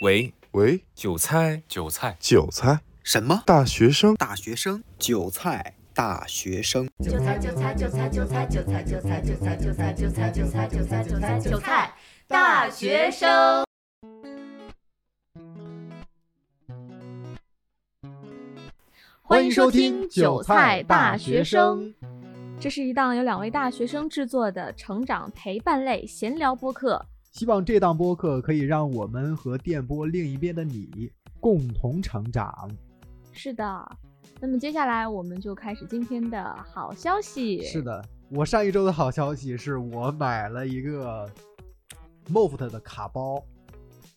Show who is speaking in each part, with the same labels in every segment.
Speaker 1: 喂，
Speaker 2: 喂，
Speaker 1: 韭菜，
Speaker 3: 韭菜，
Speaker 2: 韭菜，
Speaker 4: 什么
Speaker 2: 大学生，
Speaker 4: 大学生？韭菜大学生？
Speaker 5: 韭菜韭菜韭菜韭菜韭菜韭菜韭菜韭菜韭菜韭菜韭菜韭菜韭菜大学生。欢迎收听《韭菜大学生》，
Speaker 6: 这是一档由两位大学生制作的成长陪伴类闲聊播客。
Speaker 7: 希望这档播客可以让我们和电波另一边的你共同成长。
Speaker 6: 是的，那么接下来我们就开始今天的好消息。
Speaker 7: 是的，我上一周的好消息是我买了一个 MOFT 的卡包，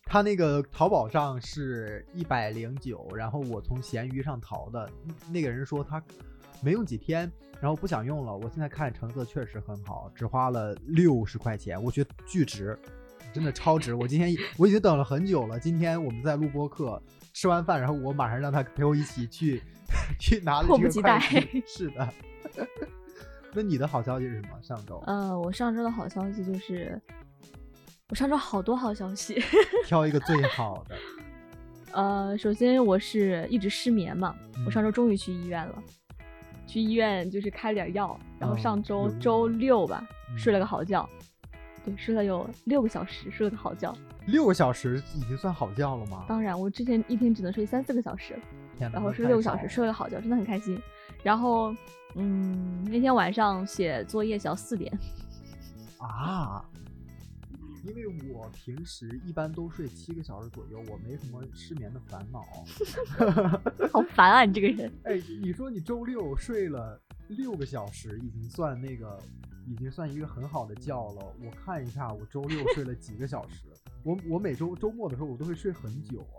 Speaker 7: 它那个淘宝上是一百零九，然后我从闲鱼上淘的，那个人说他没用几天，然后不想用了。我现在看成色确实很好，只花了六十块钱，我觉得巨值，真的超值。我今天我已经等了很久了，今天我们在录播课，吃完饭，然后我马上让他陪我一起去 去拿了
Speaker 6: 迫
Speaker 7: 这
Speaker 6: 不
Speaker 7: 个
Speaker 6: 及
Speaker 7: 快
Speaker 6: 待
Speaker 7: 递。是的。那你的好消息是什么？上周
Speaker 6: 呃，我上周的好消息就是，我上周好多好消息。
Speaker 7: 挑一个最好的，
Speaker 6: 呃，首先我是一直失眠嘛， 我
Speaker 7: 嗯
Speaker 6: 上周终于去医院了，去医院就是开了点药，然后
Speaker 7: 哦
Speaker 6: 上周
Speaker 7: 有用
Speaker 6: 周六吧
Speaker 7: 嗯
Speaker 6: 睡了个好觉，对，睡了有六个小时，睡了个好觉。
Speaker 7: 六个小时已经算好觉了吗？
Speaker 6: 当然，我之前一天只能睡三四个小时，
Speaker 7: 天哪
Speaker 6: 然后
Speaker 7: 那
Speaker 6: 睡
Speaker 7: 太
Speaker 6: 哦六个
Speaker 7: 少
Speaker 6: 小时，
Speaker 7: 了
Speaker 6: 睡了个好觉，真的很开心。然后，嗯，那天晚上写作业写到四点，
Speaker 7: 啊，因为我平时一般都睡七个小时左右，我没什么失眠的烦 恼。
Speaker 6: 好烦啊！你这个人，
Speaker 7: 哎，你说你周六睡了六个小时，已经算那个，已经算一个很好的觉了。我看一下，我周六睡了几个小时。我我每周周末的时候，我都会睡很久哦，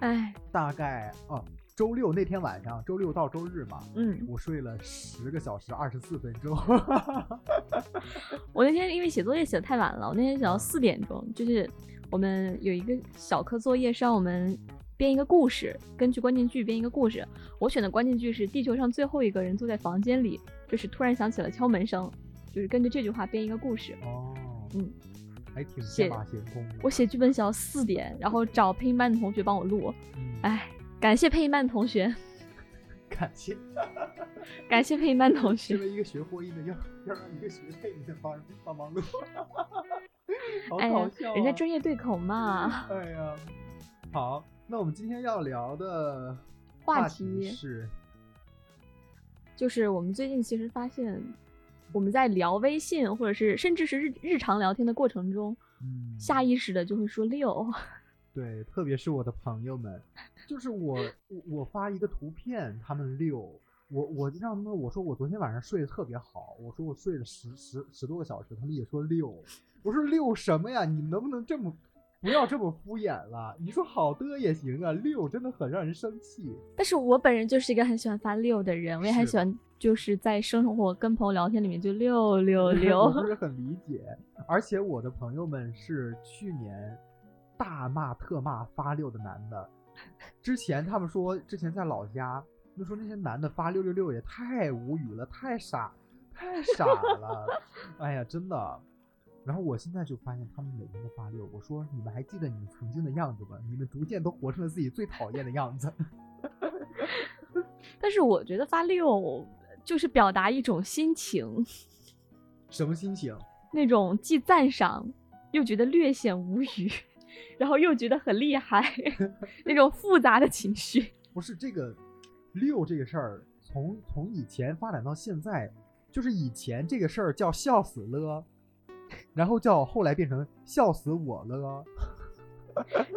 Speaker 6: 哎，
Speaker 7: 大概啊，周六那天晚上，周六到周日嘛，
Speaker 6: 嗯，
Speaker 7: 我睡了十个小时二十四分钟。
Speaker 6: 我那天因为写作业写的太晚了，我那天写到四点钟，就是我们有一个小课作业是让我们编一个故事，根据关键句编一个故事。我选的关键句是“地球上最后一个人坐在房间里”，就是突然响起了敲门声，就是根据这句话编一个故事。
Speaker 7: 哦，
Speaker 6: 嗯，
Speaker 7: 还挺
Speaker 6: 写
Speaker 7: 天马行空的。
Speaker 6: 我写剧本写到四点，然后找配音班的同学帮我录。
Speaker 7: 嗯
Speaker 6: 哎，感谢配音班的同学，
Speaker 7: 感谢。
Speaker 6: 感谢配音班同学。
Speaker 7: 身为一个学播音的，要要让一个学配音的帮帮忙录， 好
Speaker 6: 哎
Speaker 7: 搞
Speaker 6: 呀
Speaker 7: 笑、啊，
Speaker 6: 人家专业对口嘛。
Speaker 7: 哎呀，好，那我们今天要聊的
Speaker 6: 话
Speaker 7: 题
Speaker 6: 题
Speaker 7: 是，
Speaker 6: 就是我们最近其实发现，我们在聊微信或者是甚至是日日常聊天的过程中，
Speaker 7: 嗯，
Speaker 6: 下意识的就会说六。
Speaker 7: 对，特别是我的朋友们，就是我我我发一个图片，他们六，我我让他们我说我昨天晚上睡得特别好，我说我睡了十十十多个小时，他们也说六，我说六什么呀？你能不能这么不要这么敷衍了？你说好的也行啊，六真的很让人生气。
Speaker 6: 但是我本人就是一个很喜欢发六的人，我也很
Speaker 7: 是
Speaker 6: 喜欢就是在生活跟朋友聊天里面就六 六
Speaker 7: 我
Speaker 6: 六。
Speaker 7: 不是很理解。而且我的朋友们是去年大骂特骂发六的男的，之前他们说之前在老家，他们说那些男的发六六六也太无语了，太傻，太傻了， 哎呀，真的。然后我现在就发现他们每天都发六，我说你们还记得你们曾经的样子吗？你们逐渐都活成了自己最讨厌的样子。
Speaker 6: 但是我觉得发六就是表达一种心情，
Speaker 7: 什么心情？
Speaker 6: 那种既赞赏又觉得略显无语，然后又觉得很厉害， 那种复杂的情绪。
Speaker 7: 不是这个六这个事儿，从从以前发展到现在，就是以前这个事儿叫笑死了，然后叫后来变成笑死我了，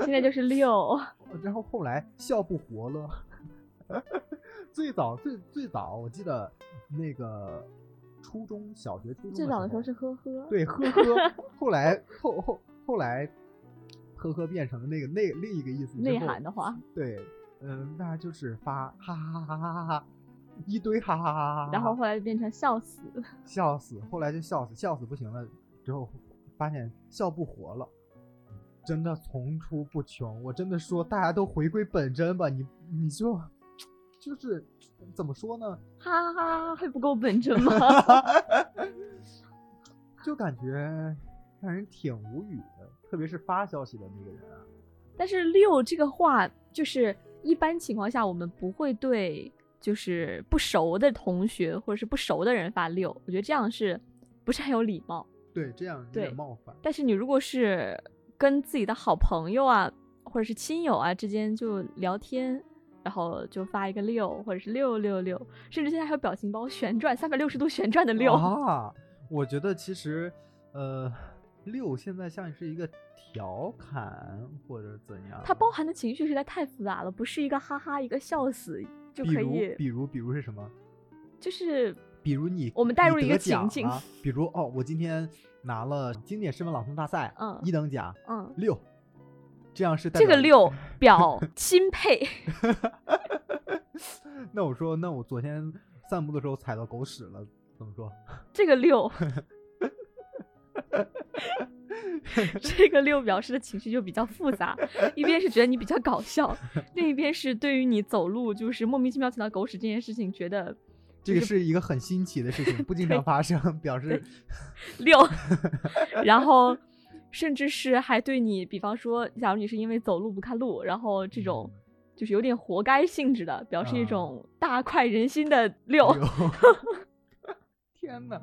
Speaker 6: 现在就是 六。
Speaker 7: 然后后来笑不活了。 最早最最早，我记得那个初中小学初中
Speaker 6: 最早的时候
Speaker 7: 候
Speaker 6: 是呵呵，
Speaker 7: 对，呵呵，后来后后后来呵呵变成那个那另一个意思之
Speaker 6: 内
Speaker 7: 后
Speaker 6: 涵的话，
Speaker 7: 对，嗯，那就是发哈哈哈哈哈哈，一堆哈哈哈哈哈，
Speaker 6: 然后后来就变成笑死。
Speaker 7: 笑死，后来就笑死，笑死不行了，之后发现笑不活了，真的层出不穷。我真的说，大家都回归本真吧，你你就就是怎么说呢？
Speaker 6: 哈哈哈，还不够本真吗？
Speaker 7: 就感觉让人挺无语的，特别是发消息的那个人啊，
Speaker 6: 但是六这个话，就是一般情况下我们不会对就是不熟的同学或者是不熟的人发六，我觉得这样是不是很有礼貌？
Speaker 7: 对，这样有
Speaker 6: 对
Speaker 7: 点冒犯。
Speaker 6: 但是你如果是跟自己的好朋友啊，或者是亲友啊之间就聊天，然后就发一个六，或者是六六六，甚至现在还有表情包旋转三百六十度旋转的六，
Speaker 7: 啊，我觉得其实，呃，六现在像是一个调侃或者怎样，
Speaker 6: 它包含的情绪实在太复杂了，不是一个哈哈一个笑死就
Speaker 7: 比
Speaker 6: 可
Speaker 7: 如
Speaker 6: 以，
Speaker 7: 比如比如是什么？
Speaker 6: 就是
Speaker 7: 比如你
Speaker 6: 我们带
Speaker 7: 你
Speaker 6: 入一
Speaker 7: 得
Speaker 6: 个情
Speaker 7: 奖
Speaker 6: 境
Speaker 7: 了，比如哦，我今天拿了经典诗文朗诵大赛
Speaker 6: 嗯
Speaker 7: 一等奖
Speaker 6: 嗯，
Speaker 7: 六，这样是代
Speaker 6: 这个
Speaker 7: 表
Speaker 6: 六表钦佩，
Speaker 7: 那我说，那我昨天散步的时候踩到狗屎了，怎么说？
Speaker 6: 这个 六。这个六表示的情绪就比较复杂，一边是觉得你比较搞笑，另一边是对于你走路就是莫名其妙踩到狗屎这件事情觉得
Speaker 7: 这个是一个很新奇的事情，不经常发生，表示
Speaker 6: 六，然后甚至是还对你，比方说，假如你是因为走路不看路，然后这种就是有点活该性质的，表示一
Speaker 7: 嗯啊
Speaker 6: 种大快人心的六。
Speaker 7: 有。 天哪！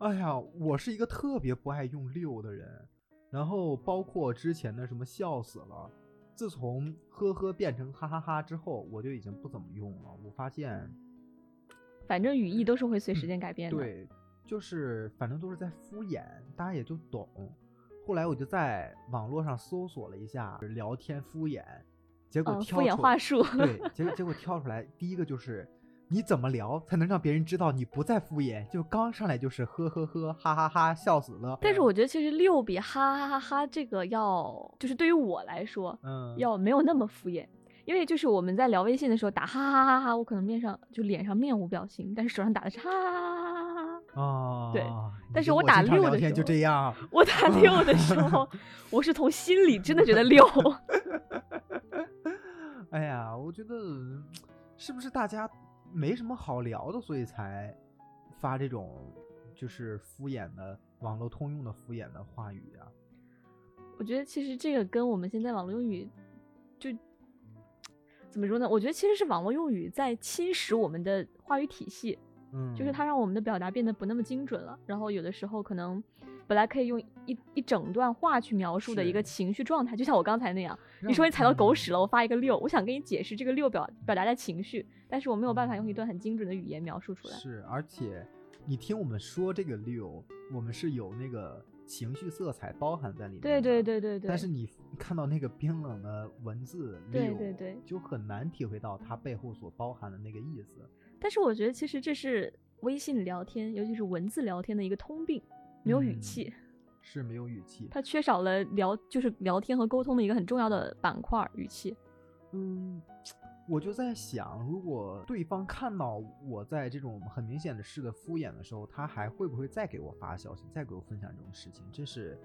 Speaker 7: 哎呀，我是一个特别不爱用六的人，然后包括之前的什么笑死了，自从呵呵变成哈哈哈之后，我就已经不怎么用了。我发现，
Speaker 6: 反正语义都是会随时间改变的。，
Speaker 7: 对，就是反正都是在敷衍，大家也就懂。后来我就在网络上搜索了一下聊天敷衍，结果
Speaker 6: 嗯，
Speaker 7: 跳
Speaker 6: 敷衍
Speaker 7: 出
Speaker 6: 话术。
Speaker 7: 对， 结果结果跳出来，第一个就是你怎么聊才能让别人知道你不再敷衍？就刚上来就是呵呵呵，哈哈哈，笑死了。
Speaker 6: 但是我觉得其实六比哈哈哈哈这个要，就是对于我来说，
Speaker 7: 嗯，
Speaker 6: 要没有那么敷衍。因为就是我们在聊微信的时候打哈哈哈哈，我可能面上就脸上面无表情，但是手上打的是哈哈哈哈哈哈。
Speaker 7: 啊，
Speaker 6: 对
Speaker 7: 你
Speaker 6: 但是
Speaker 7: 跟
Speaker 6: 我
Speaker 7: 我
Speaker 6: 打
Speaker 7: 经常
Speaker 6: 六
Speaker 7: 聊
Speaker 6: 的
Speaker 7: 天
Speaker 6: 时
Speaker 7: 就
Speaker 6: 候
Speaker 7: 这样，
Speaker 6: 我打六的时候，我是从心里真的觉得六。
Speaker 7: 哎呀，我觉得是不是大家没什么好聊的，所以才发这种就是敷衍的网络通用的敷衍的话语啊？
Speaker 6: 我觉得其实这个跟我们现在网络用语就怎么说呢？我觉得其实是网络用语在侵蚀我们的话语体系，
Speaker 7: 嗯，
Speaker 6: 就是它让我们的表达变得不那么精准了。然后有的时候可能本来可以用一一整段话去描述的一个
Speaker 7: 是
Speaker 6: 情绪状态，就像我刚才那样。
Speaker 7: 让
Speaker 6: 你说你踩到狗
Speaker 7: 嗯
Speaker 6: 屎了，我发一个六，我想跟你解释这个六表表达的情绪，但是我没有办法用一段很精准的语言描述出来。
Speaker 7: 嗯是，而且你听我们说这个六，我们是有那个情绪色彩包含在里面。
Speaker 6: 对对。对对对。
Speaker 7: 但是你看到那个冰冷的文字六，
Speaker 6: 对对对
Speaker 7: 就很难体会到它背后所包含的那个意思。
Speaker 6: 但是我觉得其实这是微信聊天，尤其是文字聊天的一个通病，没有语
Speaker 7: 嗯
Speaker 6: 气，
Speaker 7: 是没有语气。
Speaker 6: 它缺少了聊就是聊天和沟通的一个很重要的板块儿语气。
Speaker 7: 嗯，我就在想，如果对方看到我在这种很明显的事的敷衍的时候，他还会不会再给我发消息，再给我分享这种事情？这是，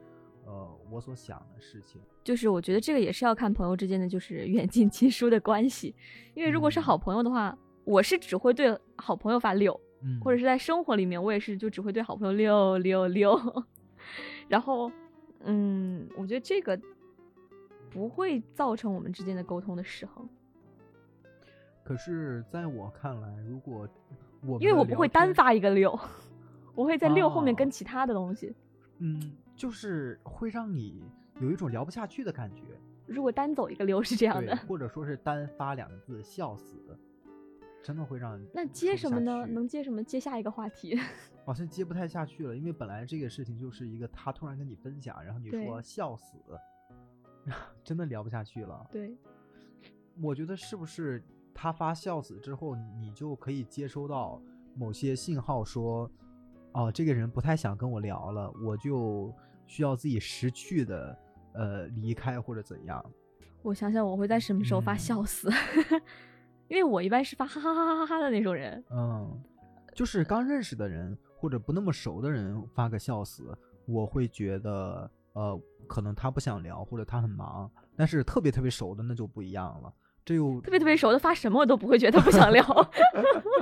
Speaker 7: 呃，我所想的事情。
Speaker 6: 就是我觉得这个也是要看朋友之间的就是远近亲疏的关系，因为如果是
Speaker 7: 嗯
Speaker 6: 好朋友的话，我是只会对好朋友发六，
Speaker 7: 嗯，
Speaker 6: 或者是在生活里面，我也是就只会对好朋友六六六， 然后，嗯，我觉得这个不会造成我们之间的沟通的失衡，
Speaker 7: 可是，在我看来，如果我
Speaker 6: 因为
Speaker 7: 们
Speaker 6: 我
Speaker 7: 的
Speaker 6: 不
Speaker 7: 聊
Speaker 6: 会单
Speaker 7: 天，
Speaker 6: 发一个六， 我会在六后面跟
Speaker 7: 哦
Speaker 6: 其他的东西。
Speaker 7: 嗯，就是会让你有一种聊不下去的感觉，
Speaker 6: 如果单走一个六是这样
Speaker 7: 对
Speaker 6: 的，，
Speaker 7: 或者说是单发两个字“笑死”，真的会让你
Speaker 6: 那
Speaker 7: 说
Speaker 6: 接
Speaker 7: 不
Speaker 6: 什
Speaker 7: 下
Speaker 6: 么呢？
Speaker 7: 去
Speaker 6: 能接什么？接下一个话题。
Speaker 7: 好像接不太下去了，因为本来这个事情就是一个他突然跟你分享，然后你说
Speaker 6: 对
Speaker 7: “笑死”， 真的聊不下去了。
Speaker 6: 对，
Speaker 7: 我觉得是不是他发孝子之后，你就可以接收到某些信号说，哦，这个人不太想跟我聊了，我就需要自己识趣的呃离开或者怎样？
Speaker 6: 我想想我会在什么时候发
Speaker 7: 嗯
Speaker 6: 笑死， 因为我一般是发哈哈哈哈哈的那种人。
Speaker 7: 嗯，就是刚认识的人或者不那么熟的人发个笑死，我会觉得呃，可能他不想聊或者他很忙，但是特别特别熟的那就不一样了。这又
Speaker 6: 特别特别熟的发什么我都不会觉得不想聊。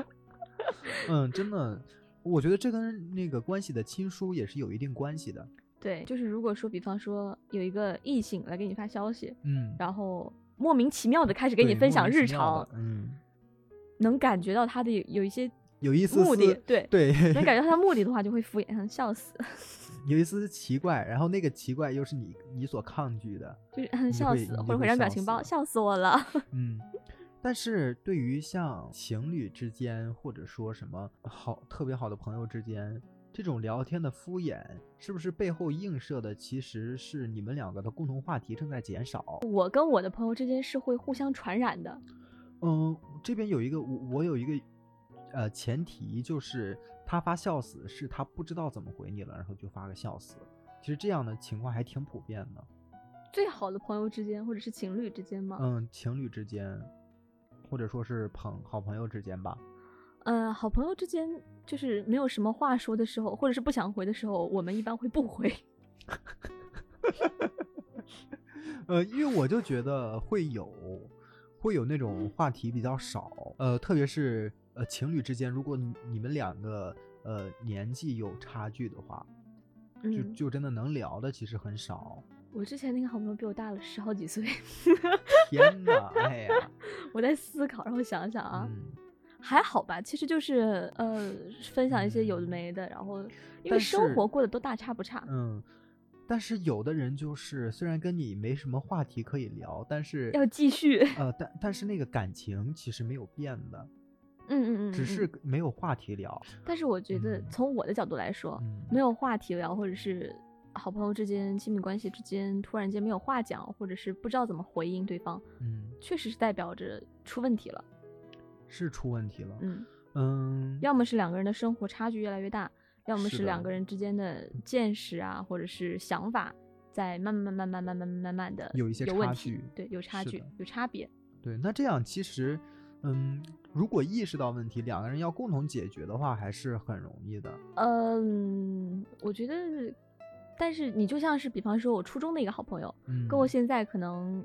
Speaker 7: 嗯，真的，我觉得这跟那个关系的亲疏也是有一定关系的。
Speaker 6: 对，就是如果说，比方说有一个异性来给你发消息，
Speaker 7: 嗯，
Speaker 6: 然后莫名其妙的开始给你
Speaker 7: 对
Speaker 6: 分
Speaker 7: 莫
Speaker 6: 享
Speaker 7: 名其
Speaker 6: 日
Speaker 7: 妙
Speaker 6: 常
Speaker 7: 的，嗯，
Speaker 6: 能感觉到他的有有一些
Speaker 7: 有一丝
Speaker 6: 目的，
Speaker 7: 丝
Speaker 6: 对，
Speaker 7: 对，
Speaker 6: 能感觉到他目的的话，就会敷衍，嗯笑死，
Speaker 7: 有一丝奇怪，然后那个奇怪又是你你所抗拒的，
Speaker 6: 就是嗯
Speaker 7: 你
Speaker 6: 笑
Speaker 7: 会
Speaker 6: 死，
Speaker 7: 你
Speaker 6: 或者
Speaker 7: 会
Speaker 6: 回张表
Speaker 7: 笑
Speaker 6: 情
Speaker 7: 死
Speaker 6: 包，笑死我了。
Speaker 7: 嗯，但是对于像情侣之间，或者说什么好特别好的朋友之间，这种聊天的敷衍，是不是背后映射的其实是你们两个的共同话题正在减少？
Speaker 6: 我跟我的朋友之间是会互相传染的，
Speaker 7: 嗯，这边有一个我我有一个呃前提，就是他发笑死是他不知道怎么回你了，然后就发个笑死。其实这样的情况还挺普遍的，
Speaker 6: 最好的朋友之间或者是情侣之间吗？
Speaker 7: 嗯，情侣之间，或者说是朋好朋友之间吧，
Speaker 6: 呃，好朋友之间就是没有什么话说的时候，或者是不想回的时候，我们一般会不 回。
Speaker 7: 呃，因为我就觉得会有，会有那种话题比较少，呃，特别是呃情侣之间，如果你你们两个呃年纪有差距的话，就
Speaker 6: 嗯，
Speaker 7: 就真的能聊的其实很少。
Speaker 6: 我之前那个好朋友比我大了十好几岁，
Speaker 7: 天呐，哎呀，
Speaker 6: 我在思考，然后想想啊，
Speaker 7: 嗯，
Speaker 6: 还好吧，其实就是呃分享一些有的没的，然后因为
Speaker 7: 嗯但
Speaker 6: 生
Speaker 7: 是
Speaker 6: 活过得都大差不差，
Speaker 7: 嗯，但是有的人就是虽然跟你没什么话题可以聊，但是
Speaker 6: 要继续，
Speaker 7: 呃，但但是那个感情其实没有变的，
Speaker 6: 嗯嗯嗯，
Speaker 7: 只
Speaker 6: 嗯
Speaker 7: 是没有话题聊。
Speaker 6: 但是我觉得
Speaker 7: 嗯
Speaker 6: 从我的角度来说，
Speaker 7: 嗯，
Speaker 6: 哦没有话题聊，或者是好朋友之间、亲密关系之间突然间没有话讲，或者是不知道怎么回应对方，
Speaker 7: 嗯，
Speaker 6: 确实是代表着出问题了。
Speaker 7: 是出问题了。
Speaker 6: 嗯，
Speaker 7: 嗯，
Speaker 6: 要么是两个人的生活差距越来越大，要么
Speaker 7: 是
Speaker 6: 是两
Speaker 7: 的
Speaker 6: 个人之间的见识啊，或者是想法在慢慢慢慢慢慢慢慢慢的
Speaker 7: 有一些
Speaker 6: 问
Speaker 7: 差
Speaker 6: 题
Speaker 7: 距，
Speaker 6: 对，有差
Speaker 7: 是
Speaker 6: 距
Speaker 7: 的，
Speaker 6: 有差别。
Speaker 7: 对，那这样其实，嗯，如果意识到问题，两个人要共同解决的话，还是很容易的。
Speaker 6: 嗯，我觉得，但是你就像是比方说我初中的一个好朋友，
Speaker 7: 嗯，
Speaker 6: 跟我现在可能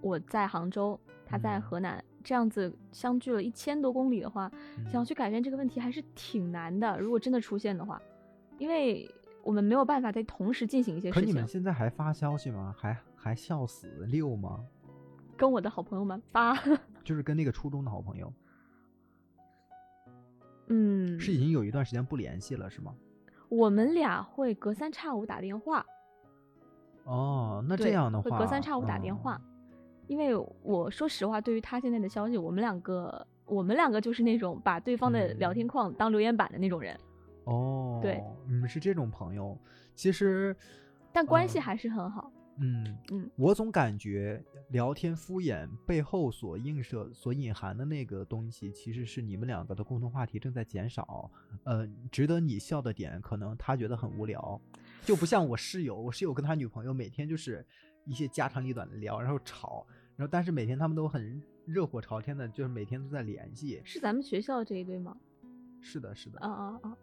Speaker 6: 我在杭州，他在
Speaker 7: 嗯
Speaker 6: 河南，这样子相距了一千多公里的话，想要
Speaker 7: 嗯
Speaker 6: 去改变这个问题还是挺难的。如果真的出现的话，因为我们没有办法在同时进行一些
Speaker 7: 可
Speaker 6: 事
Speaker 7: 你们
Speaker 6: 情。
Speaker 7: 现在还发消息吗？还还笑死六吗？
Speaker 6: 跟我的好朋友们发，
Speaker 7: 就是跟那个初中的好朋友，
Speaker 6: 嗯，
Speaker 7: 是已经有一段时间不联系了，是吗？
Speaker 6: 我们俩会隔三差五打电话，
Speaker 7: 哦，那这
Speaker 6: 对
Speaker 7: 样的
Speaker 6: 会
Speaker 7: 话，嗯
Speaker 6: 隔三差五打电话。因为我说实话，对于他现在的消息，我们两个，我们两个就是那种把对方的聊
Speaker 7: 嗯
Speaker 6: 天框当留言板的那种人，
Speaker 7: 嗯。哦，
Speaker 6: 对，
Speaker 7: 你们是这种朋友，其实，
Speaker 6: 但关系
Speaker 7: 嗯
Speaker 6: 还是很好。
Speaker 7: 嗯
Speaker 6: 嗯，
Speaker 7: 我总感觉聊天敷衍背后所映射、所隐含的那个东西，其实是你们两个的共同话题正在减少。呃，值得你笑的点，可能他觉得很无聊，就不像我室友，我室友跟他女朋友每天就是一些家长里短的聊，然后吵，然后但是每天他们都很热火朝天的，就是每天都在联系。
Speaker 6: 是咱们学校这一对吗？
Speaker 7: 是的，是的，
Speaker 6: 啊啊啊！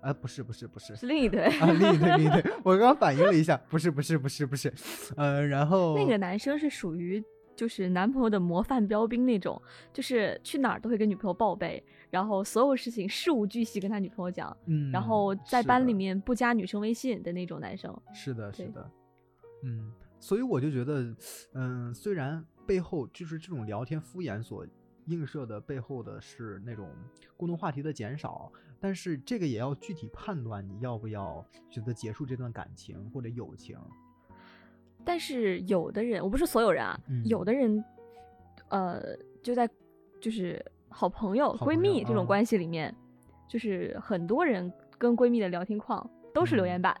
Speaker 7: 哎，不是，不是，不是，
Speaker 6: 是另一对。
Speaker 7: 啊，另一对，另一对，我刚刚反应了一下，不是，不是，不是，不是，呃，然后
Speaker 6: 那个男生是属于就是男朋友的模范标兵那种，就是去哪儿都会跟女朋友报备，然后所有事情事无巨细跟他女朋友讲，
Speaker 7: 嗯，
Speaker 6: 然后在
Speaker 7: 是
Speaker 6: 班里
Speaker 7: 的
Speaker 6: 面不加女生微信的那种男生。
Speaker 7: 是的，是
Speaker 6: 对
Speaker 7: 的，嗯，所以我就觉得，嗯，虽然背后就是这种聊天敷衍所映射的背后的是那种共同话题的减少，但是这个也要具体判断你要不要选择结束这段感情或者友情。
Speaker 6: 但是有的人，我不是所有人啊，
Speaker 7: 嗯
Speaker 6: 有的人，呃，就在就是好朋友、
Speaker 7: 好
Speaker 6: 闺
Speaker 7: 朋
Speaker 6: 蜜
Speaker 7: 友
Speaker 6: 这种
Speaker 7: 啊
Speaker 6: 关系里面，就是很多人跟闺蜜的聊天框都是留言
Speaker 7: 嗯
Speaker 6: 板，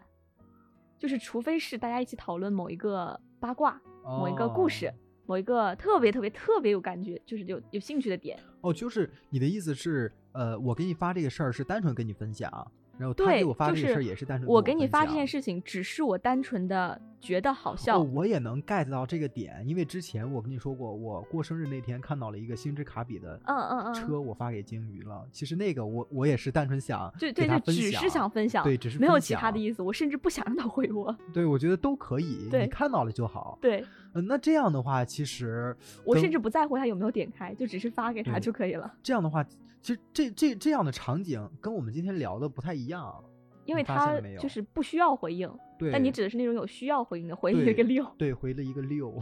Speaker 6: 就是除非是大家一起讨论某一个八卦、某一个故事
Speaker 7: 哦。
Speaker 6: 某一个特别特别特别有感觉，就是有有兴趣的点，
Speaker 7: 哦，就是你的意思是，呃，我给你发这个事儿是单纯跟你分享，然后他
Speaker 6: 对，
Speaker 7: 给我发
Speaker 6: 就
Speaker 7: 这个事儿
Speaker 6: 是
Speaker 7: 也是单纯跟
Speaker 6: 我给你
Speaker 7: 分
Speaker 6: 发这件
Speaker 7: 享
Speaker 6: 事情，只是我单纯的觉得好笑，
Speaker 7: 哦，我也能 get 到这个点，因为之前我跟你说过，我过生日那天看到了一个星之卡比的
Speaker 6: 嗯嗯嗯
Speaker 7: 车，我发给鲸鱼了。其实那个我我也是单纯想
Speaker 6: 对
Speaker 7: 给
Speaker 6: 对
Speaker 7: 他
Speaker 6: 对，
Speaker 7: 分
Speaker 6: 只是想分享，
Speaker 7: 对，只是
Speaker 6: 没有
Speaker 7: 分
Speaker 6: 其他的
Speaker 7: 享
Speaker 6: 意思，我甚至不想让他回我。
Speaker 7: 对，我觉得都可以，
Speaker 6: 对
Speaker 7: 你看到了就好。
Speaker 6: 对
Speaker 7: 嗯，那这样的话，其实
Speaker 6: 我
Speaker 7: 跟
Speaker 6: 甚至不在乎他有没有点开，就只是发给他
Speaker 7: 对
Speaker 6: 就可以了，
Speaker 7: 这样的话，其实这这这样的场景跟我们今天聊的不太一样。
Speaker 6: 因为
Speaker 7: 嗯你发现
Speaker 6: 他
Speaker 7: 了没有
Speaker 6: 就是不需要回应，
Speaker 7: 对，
Speaker 6: 但你指的是那种有需要回应的，回了
Speaker 7: 对
Speaker 6: 一 个六。
Speaker 7: 对回了一个六，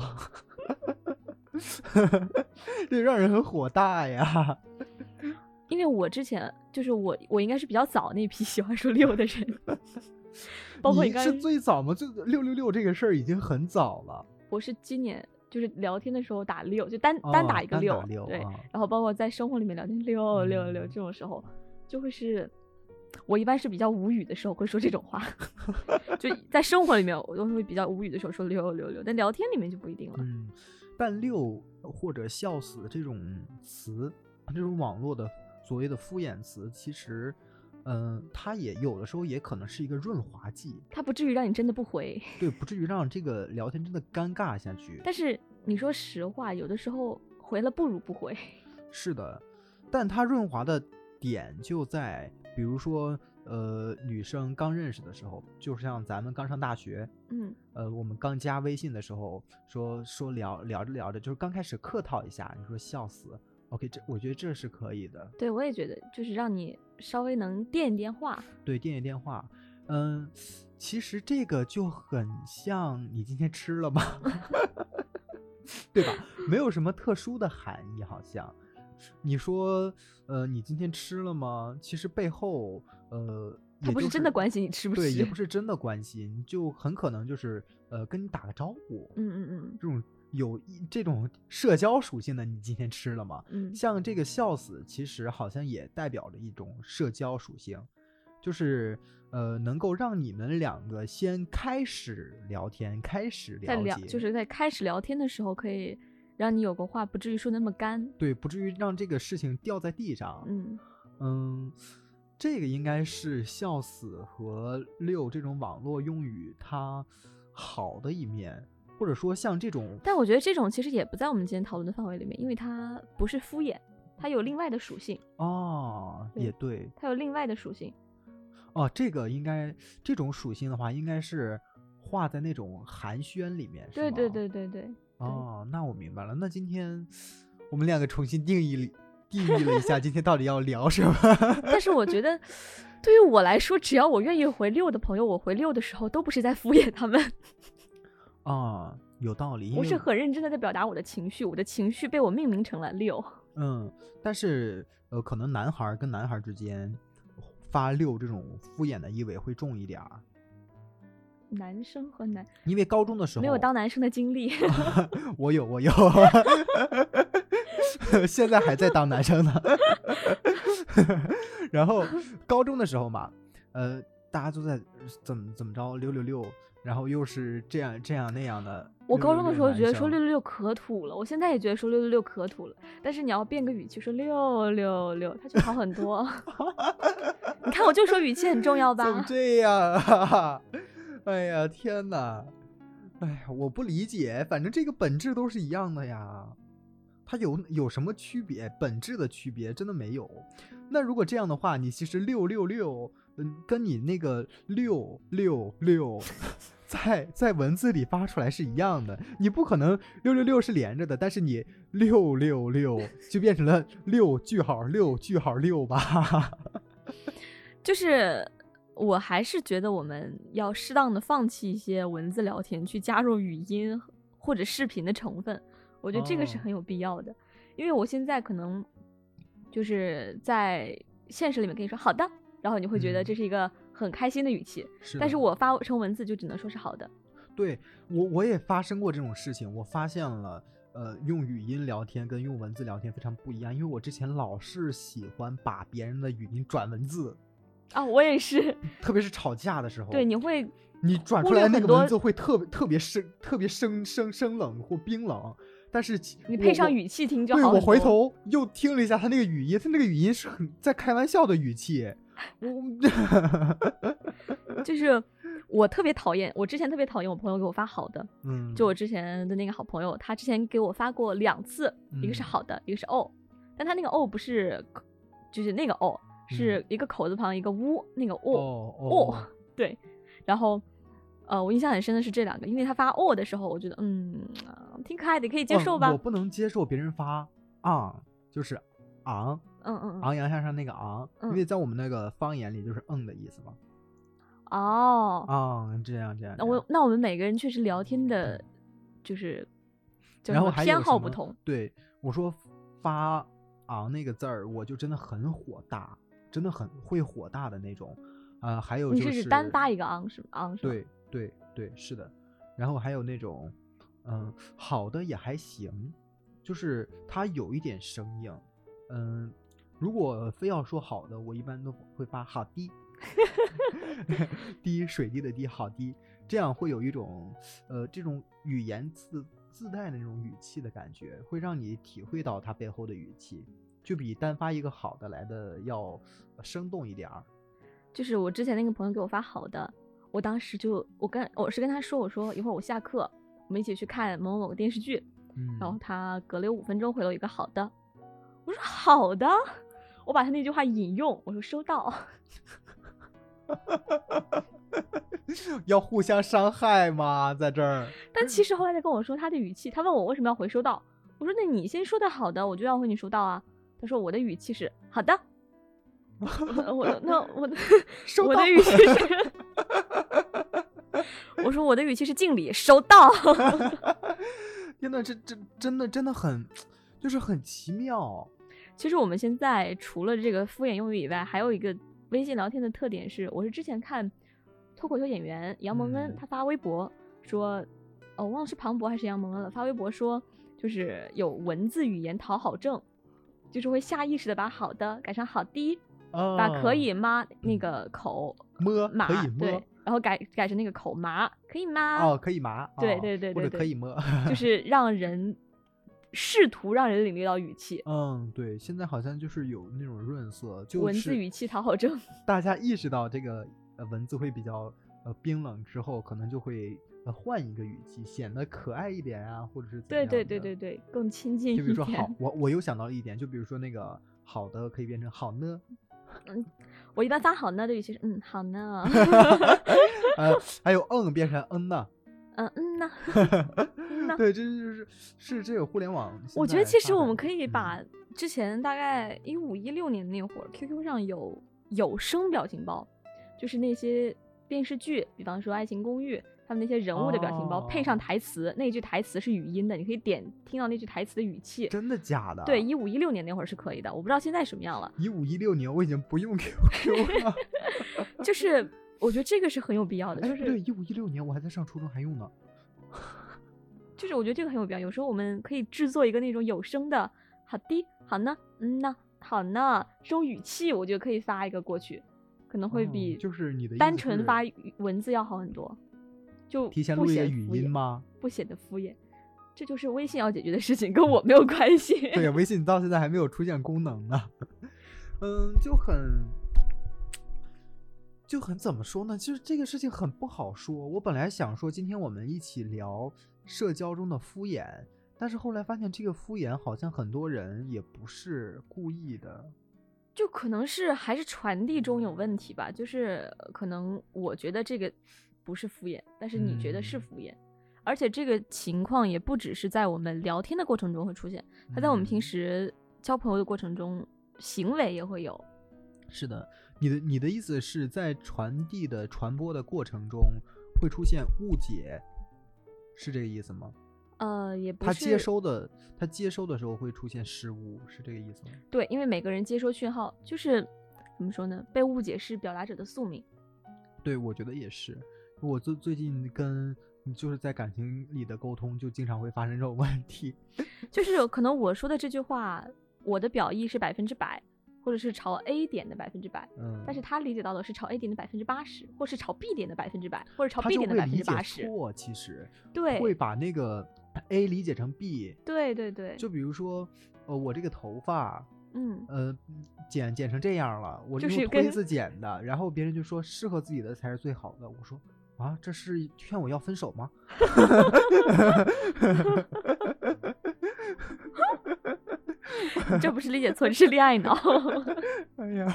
Speaker 7: 这让人很火大呀。
Speaker 6: 因为我之前就是我，我应该是比较早那批喜欢说六的 人，包括
Speaker 7: 你
Speaker 6: 你刚
Speaker 7: 是
Speaker 6: 才
Speaker 7: 最早吗？最六六六这个事儿已经很早了，
Speaker 6: 我是今年就是聊天的时候打六，就单、
Speaker 7: 哦
Speaker 6: 单打一个
Speaker 7: 单
Speaker 6: 六
Speaker 7: 打，六
Speaker 6: 对，
Speaker 7: 啊
Speaker 6: 然后包括在生活里面聊天六
Speaker 7: 嗯
Speaker 6: 六六这种时候，就会是。我一般是比较无语的时候会说这种 话，就在生活里面我都会比较无语的时候说六六六，但聊天里面就不一定了。
Speaker 7: 嗯，但六呃或者笑死这种词，这种网络的所谓的敷衍词，其实，嗯、它也有的时候也可能是一个润滑剂，
Speaker 6: 它不至于让你真的不回，
Speaker 7: 对，不至于让这个聊天真的尴尬下去。
Speaker 6: 但是你说实话，有的时候回了不如不回。
Speaker 7: 是的，但它润滑的点就在，比如说，呃，女生刚认识的时候，就像咱们刚上大学，
Speaker 6: 嗯，
Speaker 7: 呃，我们刚加微信的时候，说说聊聊着聊着，就是刚开始客套一下，你说笑死，OK，这我觉得这是可以的，
Speaker 6: 对我也觉得，就是让你稍微能垫一垫话。
Speaker 7: 对，电一电话，嗯，其实这个就很像你今天吃了吗？ 对吧？没有什么特殊的含义，好像。你说，呃，你今天吃了吗？其实背后，呃，
Speaker 6: 他
Speaker 7: 也
Speaker 6: 不
Speaker 7: 就是
Speaker 6: 真的关心你吃不
Speaker 7: 对，也
Speaker 6: 吃
Speaker 7: 不是真的关心，就很可能就是，呃，跟你打个招呼，
Speaker 6: 嗯嗯
Speaker 7: 这种有一这种社交属性的，你今天吃了吗？
Speaker 6: 嗯嗯，
Speaker 7: 像这个笑死，其实好像也代表着一种社交属性，就是呃，能够让你们两个先开始聊天，开始
Speaker 6: 在
Speaker 7: 了
Speaker 6: 聊
Speaker 7: 解，
Speaker 6: 就是在开始聊天的时候，可以让你有个话不至于说那么干。
Speaker 7: 对，不至于让这个事情掉在地上。
Speaker 6: 嗯，
Speaker 7: 嗯，这个应该是笑死和六这种网络用语它好的一面，或者说像这种
Speaker 6: 但我觉得这种其实也不在我们今天讨论的范围里面，因为它不是敷衍，它有另外的属性，
Speaker 7: 哦，
Speaker 6: 对
Speaker 7: 也对，
Speaker 6: 它有另外的属性。
Speaker 7: 哦，这个应该这种属性的话，应该是画在那种寒暄里面，是
Speaker 6: 对对
Speaker 7: 吗。
Speaker 6: 对对对，
Speaker 7: 哦，那我明白了。那今天我们两个重新定义了定义了一下，今天到底要聊什么？
Speaker 6: 但是我觉得，对于我来说，只要我愿意回六的朋友，我回六的时候都不是在敷衍他们，
Speaker 7: 啊、有道理。因
Speaker 6: 我
Speaker 7: 为
Speaker 6: 是很认真的在表达我的情绪，我的情绪被我命名成了六。
Speaker 7: 嗯，但是呃，可能男孩儿跟男孩儿之间发六这种敷衍的意味会重一点儿，
Speaker 6: 男生和男
Speaker 7: 因为高中的时候
Speaker 6: 没有当男生的经历，
Speaker 7: 我有我有， 现在还在当男生呢。 然后高中的时候嘛，呃，大家都在怎么怎么着六六六，然后又是这样这样那样的。
Speaker 6: 我高中的时候觉得说六
Speaker 7: 六
Speaker 6: 六六可土了，我现在也觉得说六六六可土了。但是你要变个语气说六六六，它就好很多。 你看，我就说语气很重要
Speaker 7: 怎么
Speaker 6: 吧？
Speaker 7: 这样啊？ 哎呀，天哪！哎呀，我不理解，反正这个本质都是一样的呀，它有有什么区别？本质的区别真的没有。那如果这样的话，你其实六六六，嗯，跟你那个六六六， 在在文字里发出来是一样的。你不可能六六六是连着的，但是你六六六就变成了六句号六句号六吧？
Speaker 6: 就是我还是觉得我们要适当的放弃一些文字聊天，去加入语音或者视频的成分。我觉得这个是
Speaker 7: 哦
Speaker 6: 很有必要的，因为我现在可能就是在现实里面跟你说好的，然后你会觉得
Speaker 7: 嗯
Speaker 6: 这是一个很开心的语气。
Speaker 7: 是
Speaker 6: 但是
Speaker 7: 的
Speaker 6: 我发成文字就只能说是好的。
Speaker 7: 对我我也发生过这种事情，我发现了，呃，用语音聊天跟用文字聊天非常不一样，因为我之前老是喜欢把别人的语音转文字，
Speaker 6: 啊，我也是，
Speaker 7: 特别是吵架的时候，
Speaker 6: 对，你会
Speaker 7: 你转
Speaker 6: 忽
Speaker 7: 出
Speaker 6: 略
Speaker 7: 来那
Speaker 6: 很
Speaker 7: 个
Speaker 6: 多
Speaker 7: 文字会特别特别生特别生生生冷或冰冷，但是其
Speaker 6: 你
Speaker 7: 我
Speaker 6: 配上
Speaker 7: 我
Speaker 6: 语气听就
Speaker 7: 对
Speaker 6: 好
Speaker 7: 我
Speaker 6: 很
Speaker 7: 回
Speaker 6: 多。
Speaker 7: 头又听了一下他那个语音，他那个语音是很在开玩笑的语气，我
Speaker 6: 就是我特别讨厌，我之前特别讨厌我朋友给我发好的，
Speaker 7: 嗯，
Speaker 6: 就我之前的那个好朋友，他之前给我发过两次，一个是
Speaker 7: 嗯
Speaker 6: 好的，一个是哦，但他那个哦不是，就是那个哦是一个口字旁一个乌那个哦，
Speaker 7: 嗯哦
Speaker 6: 哦对，然后。呃，我印象很深的是这两个，因为他发哦的时候，我觉得嗯、啊挺可爱的，可以接
Speaker 7: 嗯
Speaker 6: 受吧
Speaker 7: 我。不能接受别人发昂，就是昂。
Speaker 6: 嗯嗯嗯，
Speaker 7: 啊昂扬向上那个昂，因
Speaker 6: 嗯
Speaker 7: 为在我们那个方言里就是嗯的意思嘛。
Speaker 6: 哦，
Speaker 7: 啊、这样这样。
Speaker 6: 那
Speaker 7: 这样
Speaker 6: 我那我们每个人确实聊天的，就是叫
Speaker 7: 然
Speaker 6: 什
Speaker 7: 后
Speaker 6: 么
Speaker 7: 还
Speaker 6: 偏
Speaker 7: 有什
Speaker 6: 好不
Speaker 7: 么
Speaker 6: 同。
Speaker 7: 对，我说发昂那个字儿，我就真的很火大，真的很会火大的那种。呃，还有
Speaker 6: 你
Speaker 7: 就是
Speaker 6: 指单发一个昂是吗？昂是吗？
Speaker 7: 对对对，是的。然后还有那种，嗯，好的也还行，就是它有一点生硬。嗯，如果非要说好的，我一般都会发好的，滴水滴的滴，好滴，这样会有一种呃这种语言自自带的那种语气的感觉，会让你体会到它背后的语气，就比单发一个好的来的要呃生动一点儿。
Speaker 6: 就是我之前那个朋友给我发好的，我当时就我跟我是跟他说，我说一会儿我下课，我们一起去看某某某个电视剧，
Speaker 7: 嗯，
Speaker 6: 然后他隔了有五分钟回了我一个好的，我说好的， 我把他那句话引用，我说收到，
Speaker 7: 要互相伤害吗？在这儿，
Speaker 6: 但其实后来他跟我说他的语气，他问我为什么要回收到，我说那你先说的好的，我就要回你收到啊，他说我的语气是好的，我说我的那我的
Speaker 7: 收
Speaker 6: 我
Speaker 7: 到
Speaker 6: 的语气是。我说我的语气是敬礼，收到。
Speaker 7: 真的，这这真的真的很，就是很奇妙。
Speaker 6: 其实我们现在除了这个敷衍用语以外，还有一个微信聊天的特点是，我是之前看脱口秀演员杨蒙恩，
Speaker 7: 嗯
Speaker 6: 他发微博说，哦，我忘了是庞博还是杨蒙恩了，发微博说就是有文字语言讨好症，就是会下意识的把好的改成好的，
Speaker 7: 啊
Speaker 6: 把可以吗那个口
Speaker 7: 摸，
Speaker 6: 麻
Speaker 7: 嗯可以摸，
Speaker 6: 对，然后改改成那个口麻可以吗？
Speaker 7: 哦，可以麻，
Speaker 6: 对
Speaker 7: 哦
Speaker 6: 对对
Speaker 7: 或
Speaker 6: 对
Speaker 7: 者
Speaker 6: 对
Speaker 7: 可以摸。
Speaker 6: 就是让人试图让人领略到语 气，
Speaker 7: 嗯，对，现在好像就是有那种润色，就是
Speaker 6: 文字语气讨好症。
Speaker 7: 大家意识到这个呃文字会比较呃冰冷之后，可能就会呃换一个语气，显得可爱一点啊，或者是怎
Speaker 6: 对
Speaker 7: 样
Speaker 6: 对对
Speaker 7: 的
Speaker 6: 对对，更亲近一
Speaker 7: 就比如
Speaker 6: 点。
Speaker 7: 说好，我我又想到了一点，就比如说那个好的可以变成好呢，
Speaker 6: 我一般发好呢的语气是嗯好 呢，
Speaker 7: 呃，还有嗯变成嗯呢，
Speaker 6: 嗯嗯呢。呢
Speaker 7: 对，这就是是这个互联网现在发展的。
Speaker 6: 我觉得其实我们可以
Speaker 7: 嗯
Speaker 6: 把之前大概一五一六年那会儿，QQ 上有有声表情包，就是那些电视剧，比方说《爱情公寓》，他们那些人物的表情包、配上
Speaker 7: 哦
Speaker 6: 台词，那句台词是语音的，你可以点听到那句台词的语气。
Speaker 7: 真的假的？啊
Speaker 6: 对，一五一六年那会儿是可以的，我不知道现在什么 样了。
Speaker 7: 一五一六年我已经不用 QQ 了，
Speaker 6: 就是我觉得这个是很有必要的，
Speaker 7: 哎，
Speaker 6: 就
Speaker 7: 不
Speaker 6: 是
Speaker 7: 对，一五一六年我还在上初中还用呢。
Speaker 6: 就是我觉得这个很有必要。有时候我们可以制作一个那种有声的，好的，好呢，嗯呢，好呢，这种语气，我觉得可以发一个过去，可能会
Speaker 7: 哦
Speaker 6: 比
Speaker 7: 就是你的意
Speaker 6: 单
Speaker 7: 思
Speaker 6: 纯
Speaker 7: 是
Speaker 6: 发语文字要好很多，就
Speaker 7: 提前
Speaker 6: 不
Speaker 7: 录一个
Speaker 6: 显
Speaker 7: 语
Speaker 6: 敷衍
Speaker 7: 音吗？
Speaker 6: 不显得敷衍。这就是微信要解决的事情，跟我没有关系。
Speaker 7: 对，微信到现在还没有出现功能呢。嗯，就很就很怎么说呢？其实这个事情很不好说。我本来想说今天我们一起聊社交中的敷衍，但是后来发现这个敷衍好像很多人也不是故意的。
Speaker 6: 就可能是还是传递中
Speaker 7: 嗯
Speaker 6: 有问题吧，就是呃可能我觉得这个不是敷衍，但是你觉得是
Speaker 7: 嗯
Speaker 6: 敷衍，而且这个情况也不只是在我们聊天的过程中会出现，它在我们平
Speaker 7: 嗯
Speaker 6: 时交朋友的过程中，行为也会有。
Speaker 7: 是的，你的你的意思是在传递的传播的过程中会出现误解，是这个意思吗？
Speaker 6: 呃，也不是
Speaker 7: 他接收的他接收的时候会出现失误，是这个意思吗？
Speaker 6: 对，因为每个人接收讯号就是怎么说呢？被误解是表达者的宿命。
Speaker 7: 对，我觉得也是。我最最近跟嗯就是在感情里的沟通，就经常会发生这种问题。
Speaker 6: 就是可能我说的这句话，我的表意是百分之百，或者是朝 A 点的百分之百，
Speaker 7: 嗯，
Speaker 6: 但是他理解到的是朝 A 点的百分之八十，或是朝 B 点的百分之百，或者朝
Speaker 7: 他
Speaker 6: B
Speaker 7: 就
Speaker 6: 点的
Speaker 7: 会
Speaker 6: 百分
Speaker 7: 理
Speaker 6: 之八
Speaker 7: 解
Speaker 6: 十。
Speaker 7: 错，其实
Speaker 6: 对
Speaker 7: 会把那个 A 理解成 B。
Speaker 6: 对对对，
Speaker 7: 就比如说，呃，我这个头发，
Speaker 6: 嗯，
Speaker 7: 呃，剪剪成这样了，我
Speaker 6: 就
Speaker 7: 用
Speaker 6: 是
Speaker 7: 推
Speaker 6: 跟
Speaker 7: 子剪的，然后别人就说适合自己的才是最好的。我说啊，这是劝我要分手吗？
Speaker 6: 你这不是理解错，这是恋爱 脑。
Speaker 7: 哎呀，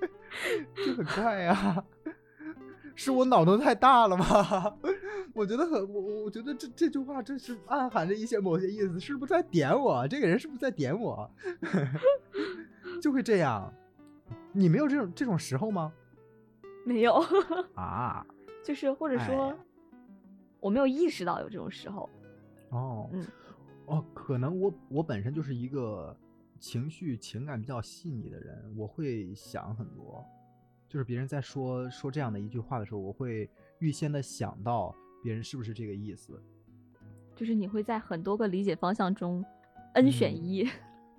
Speaker 7: 这很快呀、是我脑洞太大了吗？ 我觉得很，我我我觉得这这句话真是暗含着一些某些意思，是不是在点我？啊这个人是不是在点 我？啊就会这样，你没有这种这种时候吗？
Speaker 6: 没有，
Speaker 7: 啊，
Speaker 6: 就是或者说、
Speaker 7: 哎
Speaker 6: 我没有意识到有这种时候。
Speaker 7: 哦，
Speaker 6: 嗯
Speaker 7: 哦，可能我我本身就是一个情绪情感比较细腻的人，我会想很多，就是别人在说说这样的一句话的时候，我会预先的想到别人是不是这个意思。
Speaker 6: 就是你会在很多个理解方向中 n 选
Speaker 7: 嗯
Speaker 6: 一，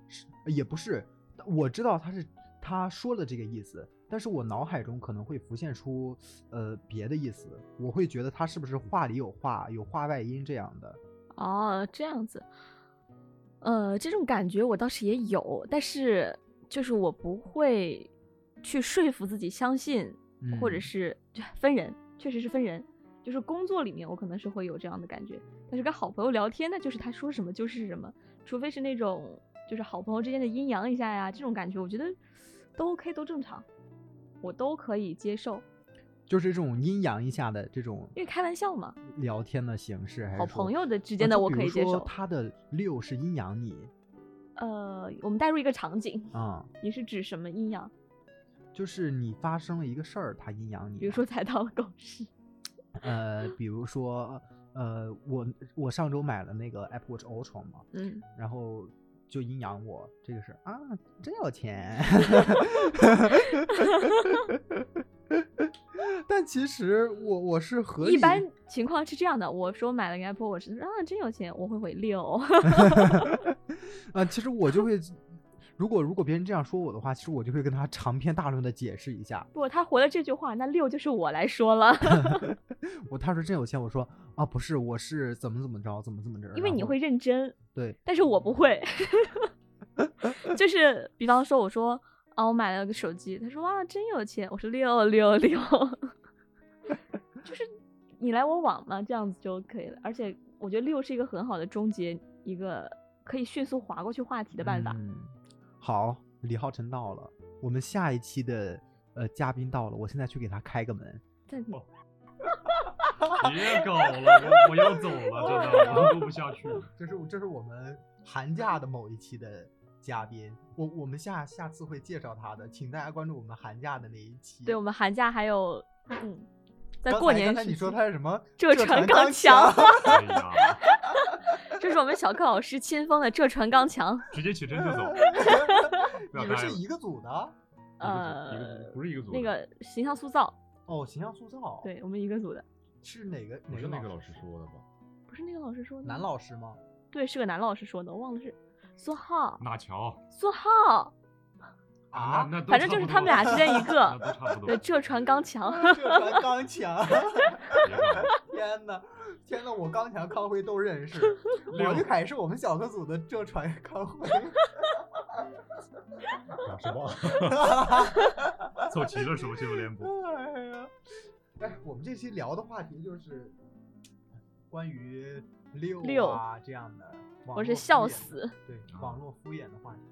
Speaker 7: 是也不是，我知道他是他说了这个意思，但是我脑海中可能会浮现出呃别的意思，我会觉得他是不是话里有话，有话外音这样的。
Speaker 6: 哦，这样子，呃，这种感觉我倒是也有，但是就是我不会去说服自己相信，或者
Speaker 7: 嗯
Speaker 6: 是就分人，确实是分人。就是工作里面，我可能是会有这样的感觉，但是跟好朋友聊天，那就是他说什么就是什么，除非是那种就是好朋友之间的阴阳一下呀，这种感觉，我觉得都 OK，都正常，我都可以接受，
Speaker 7: 就是这种阴阳一下的这种
Speaker 6: 因为开玩笑嘛，
Speaker 7: 聊天的形式，还是
Speaker 6: 好
Speaker 7: 说
Speaker 6: 朋友的之
Speaker 7: 啊
Speaker 6: 间的
Speaker 7: 就
Speaker 6: 我
Speaker 7: 比
Speaker 6: 可
Speaker 7: 如
Speaker 6: 以接
Speaker 7: 说
Speaker 6: 受。
Speaker 7: 他的六是阴阳你
Speaker 6: 呃，我们带入一个场景，
Speaker 7: 啊、
Speaker 6: 你是指什么阴阳？
Speaker 7: 就是你发生了一个事儿，他阴阳你。啊
Speaker 6: 比如说踩到了狗屎，
Speaker 7: 呃，比如说呃，我我上周买了那个 Apple Watch Ultra 嘛，
Speaker 6: 嗯，
Speaker 7: 然后就阴阳我这个事儿啊，真有钱。 但其实我我是合
Speaker 6: 一
Speaker 7: 理
Speaker 6: 般情况是这样的，我说买了个 Apple Watch，他说啊真有钱，我会回六，
Speaker 7: 啊，其实我就会， 如果如果别人这样说我的话，其实我就会跟他长篇大论的解释一下。
Speaker 6: 不，他回了这句话，那六就是我来说了，
Speaker 7: 我他说真有钱，我说啊不是，我是怎么怎么着，怎么怎么着。
Speaker 6: 因为
Speaker 7: 然
Speaker 6: 你
Speaker 7: 后
Speaker 6: 会认真，
Speaker 7: 对，
Speaker 6: 但是我不会， 就是比方说我说啊我买了个手机，他说哇真有钱，我说六六六， 就是你来我往嘛，这样子就可以了，而且我觉得六是一个很好的终结一个可以迅速划过去话题的办法。
Speaker 7: 嗯，好，李浩晨到了，我们下一期的呃嘉宾到了，我现在去给他开个门。
Speaker 6: 但你
Speaker 1: 别搞了，我我要走了，真的，我都录不下去了。
Speaker 7: 这是这是我们寒假的某一期的嘉宾，我我们下下次会介绍他的，请大家关注我们寒假的那一期。
Speaker 6: 对我们寒假还有，嗯，在
Speaker 7: 刚
Speaker 6: 过
Speaker 7: 才
Speaker 6: 年
Speaker 7: 刚才
Speaker 6: 时
Speaker 7: 你说
Speaker 6: 期
Speaker 7: 他是 什么？
Speaker 6: 浙传
Speaker 7: 传
Speaker 6: 钢
Speaker 7: 强。
Speaker 1: 哎呀，
Speaker 6: 这是我们小课老师亲封的浙传钢强，
Speaker 1: 直接起身就走， 不要
Speaker 7: 你们
Speaker 1: 待
Speaker 7: 是
Speaker 1: 了
Speaker 7: 一个组的
Speaker 1: 一个
Speaker 6: 呃
Speaker 1: 组，不是一个组，
Speaker 6: 那个形象塑造，
Speaker 7: 哦，形象塑造，，
Speaker 6: 对我们一个组的，
Speaker 7: 是哪个
Speaker 1: 不
Speaker 7: 哪
Speaker 1: 是
Speaker 7: 个
Speaker 1: 那个老
Speaker 7: 老
Speaker 1: 师说的吧？
Speaker 6: 不是那个老师说的，
Speaker 7: 男，老师吗？
Speaker 6: 对，是个男老师说的，我忘了是苏浩，
Speaker 1: 那乔
Speaker 6: 苏浩，
Speaker 7: 啊，
Speaker 1: 那那都
Speaker 6: 反正就是他们俩之间一
Speaker 1: 差
Speaker 6: 个
Speaker 1: 不多 那都差不多。
Speaker 6: 对浙传钢强，
Speaker 7: 浙传钢强，
Speaker 1: 别搞了
Speaker 7: 天呐，天呐，我钢强康辉都认 识，
Speaker 1: 六
Speaker 7: 王俊凯是我们小科组的浙传康辉，
Speaker 1: 搞什么？凑齐了手心连播。
Speaker 7: 哎呀，哎，我们这期聊的话题就是关于六
Speaker 6: 六
Speaker 7: 啊这样的，
Speaker 6: 我是笑，死，
Speaker 7: 对，
Speaker 1: 啊
Speaker 7: 网络敷衍的 话题，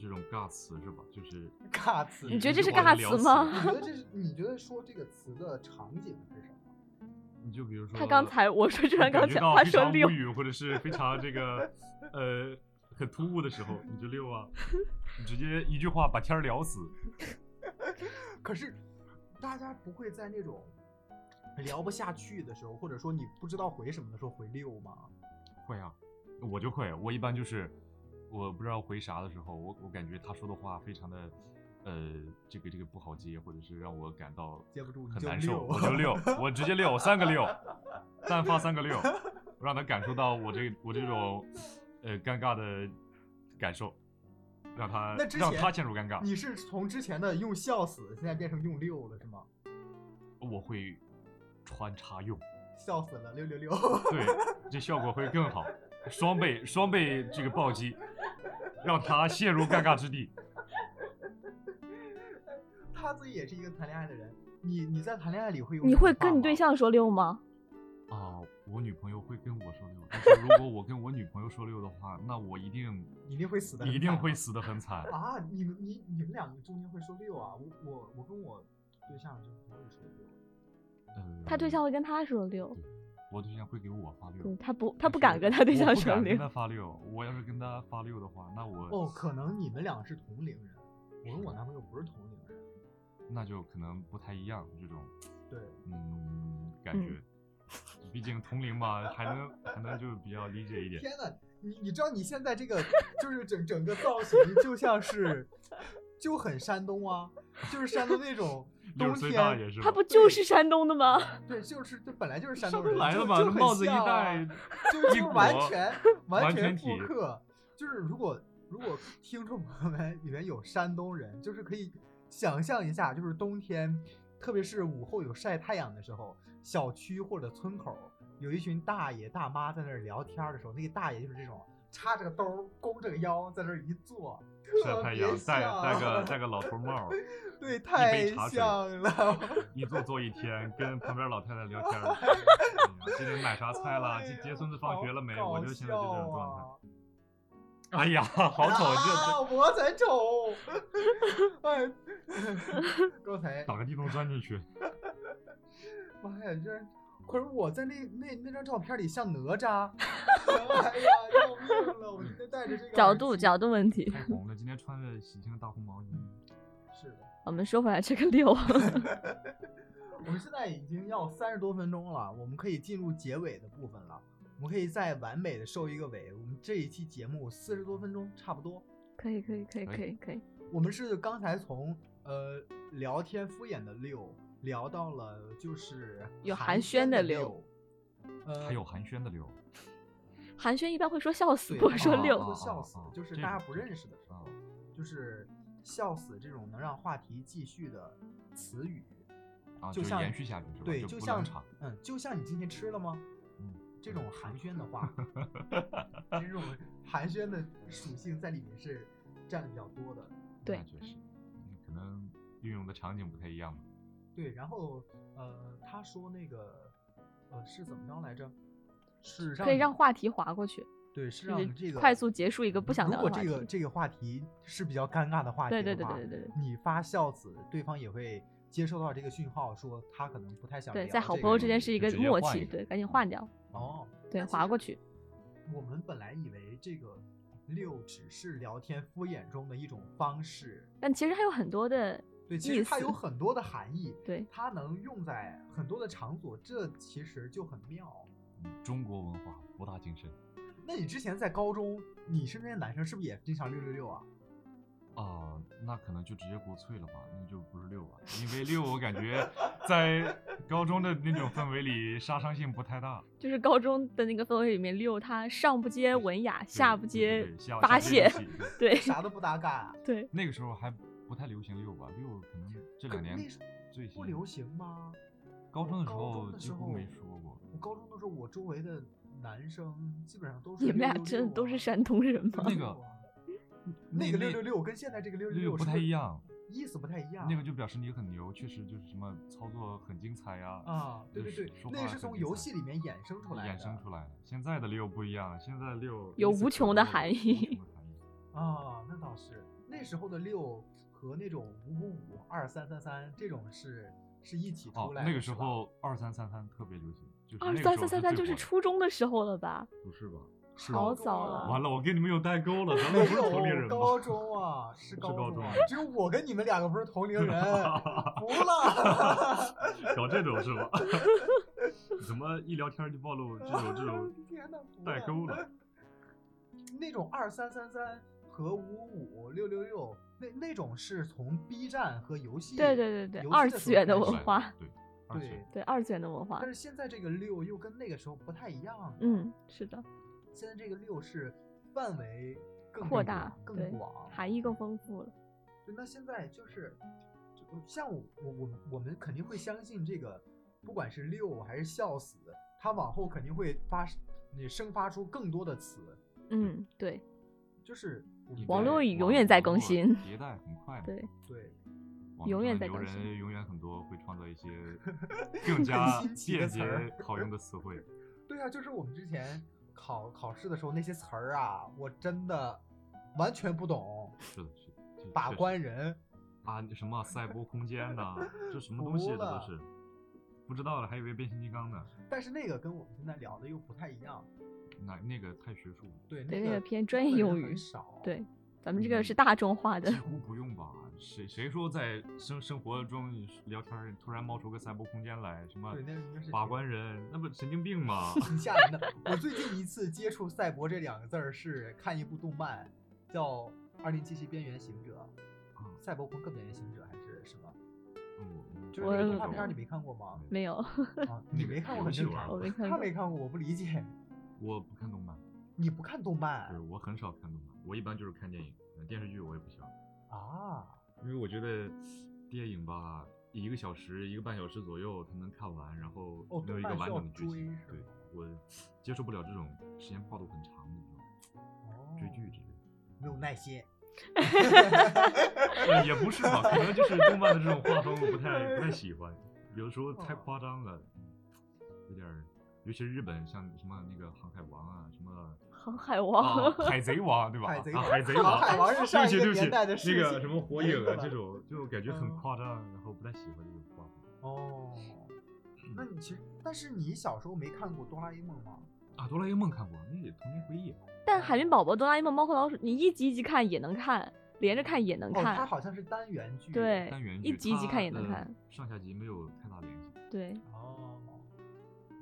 Speaker 1: 这种尬词是吧？ 就是
Speaker 7: 尬词，
Speaker 6: 你觉得这是
Speaker 1: 往
Speaker 6: 尬
Speaker 1: 聊
Speaker 6: 词
Speaker 1: 死
Speaker 6: 吗
Speaker 7: 你 觉得这是？你觉得说这个词的场景是什么？
Speaker 1: 你就比如说
Speaker 6: 他刚才我说浙传
Speaker 1: 感
Speaker 6: 钢
Speaker 1: 觉
Speaker 6: 强，
Speaker 1: 到
Speaker 6: 他
Speaker 1: 非
Speaker 6: 说
Speaker 1: 常
Speaker 6: 六
Speaker 1: 无，语，或者是非常这个呃很突兀的时候，你就 溜啊，你直接一句话把天儿聊死。
Speaker 7: 可是大家不会在那种聊不下去的时候，或者说你不知道回什么的时候回六吗？
Speaker 1: 会啊，我就会，我一般就是我不知道回啥的时候，我我感觉他说的话非常的呃这个这个不好接，或者是让我感到
Speaker 7: 接不住你
Speaker 1: 很
Speaker 7: 就
Speaker 1: 难受，
Speaker 7: 溜
Speaker 1: 我就 溜，我直接溜三个溜，单发三个溜，让他感受到我这我这种呃尴尬的感受，让他
Speaker 7: 那之
Speaker 1: 让
Speaker 7: 前
Speaker 1: 他陷入尴尬。
Speaker 7: 你是从之前的用笑死，现在变成用六了是吗？
Speaker 1: 我会穿插用，
Speaker 7: 笑死了，六六六！
Speaker 1: 对，这效果会更好，双倍双倍这个暴击，让他陷入尴尬之地。
Speaker 7: 他自己也是一个谈恋爱的人，你你在谈恋爱里会用
Speaker 6: 你
Speaker 7: 这种
Speaker 6: 会
Speaker 7: 话
Speaker 6: 跟你对
Speaker 7: 吗
Speaker 6: 象说六吗？
Speaker 1: 啊，我女朋友会跟我说六，但是如果我跟我女朋友说六的话，那我一定
Speaker 7: 一定会死的，
Speaker 1: 一定会死得很惨。
Speaker 7: 啊！你们你你们两个中间会说六啊？我我我跟我对象就不会说六，
Speaker 1: 呃
Speaker 6: 他对象，会跟他说六，
Speaker 1: 我对象会给我发六
Speaker 6: 嗯，，他不他
Speaker 1: 但
Speaker 6: 不
Speaker 1: 是
Speaker 6: 敢跟他对
Speaker 1: 我
Speaker 6: 象
Speaker 1: 不
Speaker 6: 说
Speaker 1: 敢跟
Speaker 6: 六
Speaker 1: 他，发六，我要是跟他发
Speaker 7: 哦
Speaker 1: 六的话，那我
Speaker 7: 哦，可能你们俩是同龄人，我跟我男朋友不是同龄人。
Speaker 1: 那就可能不太一样这种，
Speaker 7: 对，
Speaker 1: 嗯，感觉，毕竟同龄嘛，还能还能就比较理解一点。
Speaker 7: 天呐，你你知道你现在这个就是整整个造型就像是就很山东啊，就是山东那种冬
Speaker 1: 六岁大
Speaker 7: 天，
Speaker 1: 也是吧，
Speaker 6: 他不就是山东的吗？
Speaker 7: 对，就是这本来就是山东
Speaker 1: 上不
Speaker 7: 人
Speaker 1: 来了
Speaker 7: 就
Speaker 1: 嘛，
Speaker 7: 就
Speaker 1: 那
Speaker 7: 很
Speaker 1: 帽子一
Speaker 7: 像啊
Speaker 1: 戴，
Speaker 7: 就
Speaker 1: 一
Speaker 7: 就完
Speaker 1: 裹
Speaker 7: 全
Speaker 1: 完
Speaker 7: 全
Speaker 1: 全
Speaker 7: 复
Speaker 1: 体
Speaker 7: 刻。就是如果如果听众朋友们里面有山东人，就是可以想象一下，就是冬天，特别是午后有晒太阳的时候，小区或者村口有一群大爷大妈在那儿聊天儿的时候，那个大爷就是这种插着个兜儿，弓着个腰在那儿一坐，
Speaker 1: 晒
Speaker 7: 特
Speaker 1: 太
Speaker 7: 别
Speaker 1: 阳，戴戴 个
Speaker 7: 像
Speaker 1: 戴个老头帽儿，
Speaker 7: 对，
Speaker 1: 杯
Speaker 7: 太
Speaker 1: 茶水
Speaker 7: 像了。
Speaker 1: 一坐坐一天，跟旁边老太太聊 天儿。哎呀今天买啥菜了？
Speaker 7: 哎
Speaker 1: 今
Speaker 7: 呀
Speaker 1: 接孙子放学了没？
Speaker 7: 好
Speaker 1: 我就
Speaker 7: 搞
Speaker 1: 现在就这种
Speaker 7: 笑
Speaker 1: 状态
Speaker 7: 啊。
Speaker 1: 哎呀，好丑！
Speaker 7: 啊！
Speaker 1: 这
Speaker 7: 我才丑。哎， 刚才
Speaker 1: 这打个地洞钻进去，
Speaker 7: 妈呀，这可是我在那那那张照片里像哪吒。哎呀，要命了！我今天戴着这个
Speaker 6: 角
Speaker 7: 耳
Speaker 6: 度
Speaker 7: 机
Speaker 6: 角度问题。
Speaker 1: 太红了。今天穿着喜庆的大红毛衣，
Speaker 7: 是的。
Speaker 6: 我们说回来这个六，
Speaker 7: 我们现在已经要三十多分钟了，我们可以进入结尾的部分了。我们可以再完美的收一个尾。我们这一期节目四十多分钟差不多。
Speaker 6: 可以可以可以
Speaker 1: 可以
Speaker 6: 可以可以，
Speaker 7: 我们是刚才从呃聊天敷衍的六聊到了就是
Speaker 6: 有
Speaker 7: 寒
Speaker 6: 寒
Speaker 7: 暄
Speaker 6: 暄的
Speaker 7: 六，呃，
Speaker 1: 还有寒暄的流。
Speaker 6: 寒暄一般会说笑死，
Speaker 7: 对
Speaker 6: 不会说
Speaker 1: 哦
Speaker 6: 六。
Speaker 1: 哦
Speaker 7: 会笑死
Speaker 1: 哦哦，
Speaker 7: 就是
Speaker 1: 这
Speaker 7: 大家
Speaker 1: 种
Speaker 7: 不
Speaker 1: 这
Speaker 7: 认
Speaker 1: 种
Speaker 7: 识的时
Speaker 1: 哦
Speaker 7: 候，就是笑死这种能让话题继续的词语，
Speaker 1: 啊，
Speaker 7: 就
Speaker 1: 就
Speaker 7: 像
Speaker 1: 延续下去是吧？
Speaker 7: 对，
Speaker 1: 就
Speaker 7: 就
Speaker 1: 不
Speaker 7: 像
Speaker 1: 冷场。
Speaker 7: 嗯，就像你今天吃了吗？
Speaker 1: 嗯
Speaker 7: 这种寒暄的 话，这种寒暄的属性在里面是占的比较多的。
Speaker 6: 对
Speaker 1: 那确实，嗯可能运用的场景不太一样吧。
Speaker 7: 对，然后呃，他说那个呃是怎么着来着？是
Speaker 6: 可以让话题划过去，
Speaker 7: 对，是
Speaker 6: 就
Speaker 7: 让这
Speaker 6: 是
Speaker 7: 个
Speaker 6: 快速结束一个不想
Speaker 7: 如
Speaker 6: 聊
Speaker 7: 果
Speaker 6: 的话
Speaker 7: 这
Speaker 6: 题。
Speaker 7: 个这个话题是比较尴尬的话题
Speaker 6: 对对
Speaker 7: 的
Speaker 6: 对
Speaker 7: 话
Speaker 6: 对对对对
Speaker 7: 你发孝子，对方也会接收到这个讯号，说他可能不太想
Speaker 6: 对，
Speaker 7: 聊
Speaker 6: 在好
Speaker 7: 这
Speaker 6: 朋友
Speaker 7: 个
Speaker 6: 之
Speaker 7: 东
Speaker 6: 间
Speaker 7: 西
Speaker 6: 是一
Speaker 1: 就
Speaker 6: 个
Speaker 1: 直接
Speaker 6: 默
Speaker 1: 换
Speaker 6: 契，
Speaker 1: 一个
Speaker 6: 对，赶紧换掉，
Speaker 7: 哦。
Speaker 6: 对，
Speaker 7: 那其
Speaker 6: 划
Speaker 7: 实
Speaker 6: 过去。
Speaker 7: 我们本来以为这个六只是聊天敷衍中的一种方式，
Speaker 6: 但其实还有很多的，
Speaker 7: 对，其
Speaker 6: 意
Speaker 7: 实它有
Speaker 6: 思
Speaker 7: 很多的含义，
Speaker 6: 对
Speaker 7: 它能用在很多的场所，这其实就很妙。
Speaker 1: 嗯中国文化博大精深
Speaker 7: 那你之前在高中，你身边的男生是不是也经常六六六啊？
Speaker 1: 啊，那可能就直接国粹了吧，那就不是六吧，因为六我感觉在高中的那种氛围里杀伤性不太大，
Speaker 6: 就是高中的那个氛围里面，六他上不接文雅，
Speaker 1: 对
Speaker 6: 下不
Speaker 1: 对
Speaker 6: 接
Speaker 1: 对下
Speaker 6: 发
Speaker 1: 下接
Speaker 6: 泄
Speaker 1: 不，起对
Speaker 6: 对
Speaker 7: 啥都不搭嘎啊？
Speaker 6: 对，
Speaker 1: 那个时候还不太流行六吧，六可能这两年
Speaker 7: 那时候
Speaker 1: 最
Speaker 7: 不
Speaker 1: 新。
Speaker 7: 流行吗？
Speaker 1: 高中的时
Speaker 7: 高中
Speaker 1: 候
Speaker 7: 的
Speaker 1: 几
Speaker 7: 时
Speaker 1: 乎
Speaker 7: 候
Speaker 1: 没说过，
Speaker 7: 我高中的时候，我周围的男生基本上都是
Speaker 6: 你们俩
Speaker 7: 666
Speaker 6: 真的都是
Speaker 7: 啊
Speaker 6: 山东人吗？
Speaker 1: 那个
Speaker 7: 666啊那个六六六跟现在这个六六
Speaker 1: 六
Speaker 7: 六
Speaker 1: 不太一，样，
Speaker 7: 意思不太一样。啊
Speaker 1: 那个就表示你很牛，确实就是什么操作很精彩呀，
Speaker 7: 啊，对
Speaker 1: 就
Speaker 7: 对
Speaker 1: 是
Speaker 7: 对
Speaker 1: 说，
Speaker 7: 那个
Speaker 1: 话
Speaker 7: 是
Speaker 1: 很
Speaker 7: 从
Speaker 1: 精
Speaker 7: 游
Speaker 1: 彩
Speaker 7: 戏里面衍生出来的，
Speaker 1: 衍生出来的。现在的六不一样了，现在六
Speaker 6: 有
Speaker 1: 一次
Speaker 6: 无
Speaker 1: 可
Speaker 6: 穷
Speaker 1: 多
Speaker 6: 的
Speaker 1: 了
Speaker 6: 含
Speaker 1: 无 穷
Speaker 6: 义
Speaker 1: 的含义
Speaker 7: 啊，那倒是。那时候的六和那种五五五、二三三三这种是是一起
Speaker 1: 哦
Speaker 7: 出，来的。
Speaker 1: 那个时
Speaker 7: 是吧
Speaker 1: 候二三三三特别流行，就是
Speaker 6: 二
Speaker 1: 那个
Speaker 6: 三
Speaker 1: 时
Speaker 6: 三三
Speaker 1: 候
Speaker 6: 三
Speaker 1: 最
Speaker 6: 就是
Speaker 1: 火的
Speaker 6: 初中的时候了吧？
Speaker 1: 不是吧？
Speaker 7: 是
Speaker 6: 好
Speaker 7: 高中
Speaker 6: 早
Speaker 7: 啊
Speaker 6: 了
Speaker 1: 完了，我跟你们有代沟了，咱
Speaker 7: 没
Speaker 1: 们不是同龄
Speaker 7: 有
Speaker 1: 人吗？
Speaker 7: 哦高中啊， 是高
Speaker 1: 高
Speaker 7: 中啊
Speaker 1: 中，
Speaker 7: 只有我跟你们两个不是同龄 人，服了。
Speaker 1: 搞这种是吧？ 怎么一聊天就暴露这种这
Speaker 7: 天哪啊
Speaker 1: 种
Speaker 7: 服
Speaker 1: 代
Speaker 7: 了
Speaker 1: 沟了？
Speaker 7: 那种二三三三和五五六六六，那那种是从 B 站和游戏
Speaker 6: 对对对对，
Speaker 7: 游戏
Speaker 6: 二
Speaker 7: 的时
Speaker 6: 次
Speaker 7: 候
Speaker 6: 元的
Speaker 7: 开
Speaker 6: 文
Speaker 7: 始
Speaker 6: 化，
Speaker 1: 对，二次
Speaker 7: 对
Speaker 1: 元。
Speaker 6: 对二次元的文化
Speaker 7: 但，是现在这个六又跟那个时候不太一样了，
Speaker 6: 嗯，是的，
Speaker 7: 现在这个六是范围更
Speaker 6: 扩
Speaker 7: 广
Speaker 6: 大，
Speaker 7: 更
Speaker 6: 对
Speaker 7: 广，，
Speaker 6: 含义更丰富了。
Speaker 7: 对，那现在就是，就像我我我们我们肯定会相信这个，不管是六还是笑死，它往后肯定会发，你生发出更多的词，
Speaker 6: 嗯，对，
Speaker 7: 就是我们
Speaker 6: 网
Speaker 1: 对
Speaker 6: 络
Speaker 1: 网
Speaker 6: 语永远在
Speaker 1: 网
Speaker 6: 更
Speaker 1: 络
Speaker 6: 新
Speaker 1: 迭代很快嘛。
Speaker 6: 对
Speaker 7: 对
Speaker 1: 网络
Speaker 6: 永
Speaker 1: 上
Speaker 6: 远
Speaker 1: 的
Speaker 6: 在
Speaker 1: 牛
Speaker 6: 更新
Speaker 1: 人永远很多，会创造 一些更加
Speaker 7: 新奇的
Speaker 1: 便
Speaker 7: 词
Speaker 1: 捷
Speaker 7: 儿
Speaker 1: 好用的词 汇。
Speaker 7: 对啊，就是我们之前考考试的时候那些词儿啊，我真的完全不懂，
Speaker 1: 是的，是的这。
Speaker 7: 把
Speaker 1: 确实
Speaker 7: 关人。
Speaker 1: 啊，什么赛博空间呐，这什么
Speaker 7: 服
Speaker 1: 东西这
Speaker 7: 了
Speaker 1: 都是，不知道了，还以为变形金刚呢。
Speaker 7: 但是那个跟我们现在聊的又不太一样，
Speaker 1: 那那个太学术了，
Speaker 7: 对
Speaker 6: 对
Speaker 7: 那
Speaker 6: 那
Speaker 7: 个
Speaker 6: 个偏专业用
Speaker 7: 用语
Speaker 6: 语
Speaker 7: 少，
Speaker 6: 对，咱们这
Speaker 1: 嗯
Speaker 6: 个是大众化的
Speaker 1: 几，乎不用吧？谁谁说在生生活中聊天儿突然冒出个三波空间来？什么
Speaker 7: 对那应该是
Speaker 1: 法官人，那不神经病 吗？
Speaker 7: 挺吓人的。我最近一次接触“赛博”这两个字儿是看一部动漫，叫《二零七七边缘行
Speaker 1: 啊
Speaker 7: 者》，赛博朋克边缘行者还是什 么？
Speaker 1: 嗯，
Speaker 7: 就是
Speaker 6: 我
Speaker 7: 那个
Speaker 1: 这
Speaker 7: 动画片儿，
Speaker 1: 种
Speaker 7: 你没看过吗？
Speaker 6: 没 有，
Speaker 7: 啊，你没看过很正
Speaker 1: 那
Speaker 7: 常
Speaker 1: 个
Speaker 6: 我。没看
Speaker 7: 他
Speaker 6: 过。
Speaker 7: 没看过，我不理解。
Speaker 1: 我不看动漫，
Speaker 7: 你不看动
Speaker 1: 对
Speaker 7: 漫
Speaker 1: 我很少看动漫，我一般就是看电影，呃电视剧我也不喜欢，
Speaker 7: 啊？
Speaker 1: 因为我觉得电影吧，一个小时、一个半小时左右它能看完，然后
Speaker 7: 哦
Speaker 1: 没有一个
Speaker 7: 动漫
Speaker 1: 完
Speaker 7: 需要
Speaker 1: 整的剧
Speaker 7: 追
Speaker 1: 情
Speaker 7: 是，
Speaker 1: 对
Speaker 7: 吗
Speaker 1: 我接受不了这种时间跨度很长的这
Speaker 7: 哦
Speaker 1: 种追剧之类的。
Speaker 7: 没有耐心。
Speaker 1: 呃，也不是吧，可能就是动漫的这种画风我不太不太喜欢，有的时候
Speaker 6: 哦
Speaker 1: 太夸张了，有点儿，尤其是日本像什么那个《航海王》啊，什么
Speaker 6: 航海
Speaker 1: 啊
Speaker 6: 王，
Speaker 1: 海贼王对吧？
Speaker 7: 海贼
Speaker 1: 啊
Speaker 7: 王
Speaker 1: 海贼
Speaker 7: 航海王是上一
Speaker 1: 对
Speaker 7: 个
Speaker 1: 不起
Speaker 7: 年代的
Speaker 1: 对不起
Speaker 7: 事
Speaker 1: 那个
Speaker 7: 情
Speaker 1: 什么火
Speaker 7: 没
Speaker 1: 影
Speaker 7: 错
Speaker 1: 啊
Speaker 7: 吧
Speaker 1: 这种，就感觉很
Speaker 7: 嗯
Speaker 1: 夸张，然后不太喜欢这种画风
Speaker 7: 哦，
Speaker 1: 嗯
Speaker 7: 那你其实，但是你小时候没看过《哆啦 A 梦》吗？
Speaker 1: 啊。哆啦 A 梦看过，那也童年回忆。啊
Speaker 6: 但海绵宝宝、哆啦 A 梦、猫和老鼠，你一集一集看也能看，连着看也能
Speaker 7: 哦，它
Speaker 6: 看，
Speaker 7: 好像是单元剧。
Speaker 6: 对
Speaker 1: 单元
Speaker 6: 哎一
Speaker 1: 剧
Speaker 6: 集一集
Speaker 1: 它
Speaker 6: 看也能
Speaker 1: 呃
Speaker 6: 看
Speaker 1: 上下集没有太大联系。
Speaker 6: 对，
Speaker 7: 哦，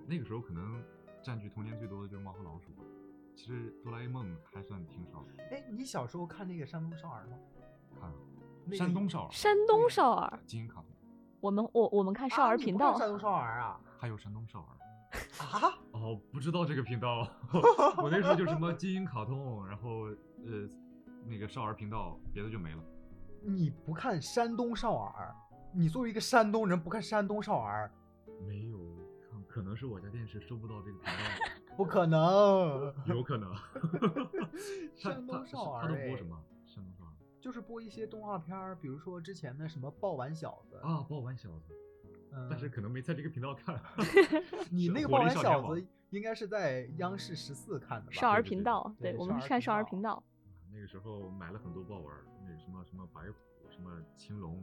Speaker 1: 那个时候可能占据童年最多的就是猫和老鼠吧。其实哆啦 A 梦还算挺少的
Speaker 7: 哎，你小时候看那个山东少儿吗？
Speaker 1: 看的，
Speaker 7: 那个
Speaker 1: 山东少儿、
Speaker 6: 山东少儿，
Speaker 1: 金银卡通，
Speaker 6: 我们我我们看少
Speaker 7: 嗯啊
Speaker 6: 儿
Speaker 7: 你
Speaker 6: 频
Speaker 7: 不
Speaker 6: 道
Speaker 7: 看，山东少儿啊？
Speaker 1: 还有山东少儿。
Speaker 7: 啊？
Speaker 1: 哦，不知道这个频道， 我那时候就什么金银卡通，然后呃那个少儿频道，别的就没了。
Speaker 7: 你不看山东少儿？你作为一个山东人不看山东少儿，
Speaker 1: 没有看，可能是我家电视收不到这个频 道，
Speaker 7: 不可能。
Speaker 1: 有可 能。他
Speaker 7: 山东
Speaker 1: 他
Speaker 7: 少
Speaker 1: 他
Speaker 7: 儿
Speaker 1: 都
Speaker 7: 哎
Speaker 1: 播什么？山东少儿
Speaker 7: 就是播一些动画片儿，比如说之前的什么《爆丸小子》
Speaker 1: 啊，爆丸小子，
Speaker 7: 嗯，
Speaker 1: 但是可能没在这个频 道看。
Speaker 7: 你那个《
Speaker 1: 火
Speaker 7: 爆
Speaker 1: 力
Speaker 7: 丸
Speaker 1: 少年
Speaker 7: 小
Speaker 1: 王
Speaker 7: 子》应该是在央视十四看的吧？
Speaker 6: 少儿
Speaker 1: 对对
Speaker 6: 频
Speaker 1: 对
Speaker 6: 道，
Speaker 7: 嗯对
Speaker 6: 我
Speaker 7: 少
Speaker 6: 们
Speaker 7: 儿
Speaker 6: 是看
Speaker 7: 频
Speaker 6: 少儿
Speaker 7: 道
Speaker 6: 频道，
Speaker 1: 啊那个时候买了很多豹纹儿，那什么什么白虎，什么青龙，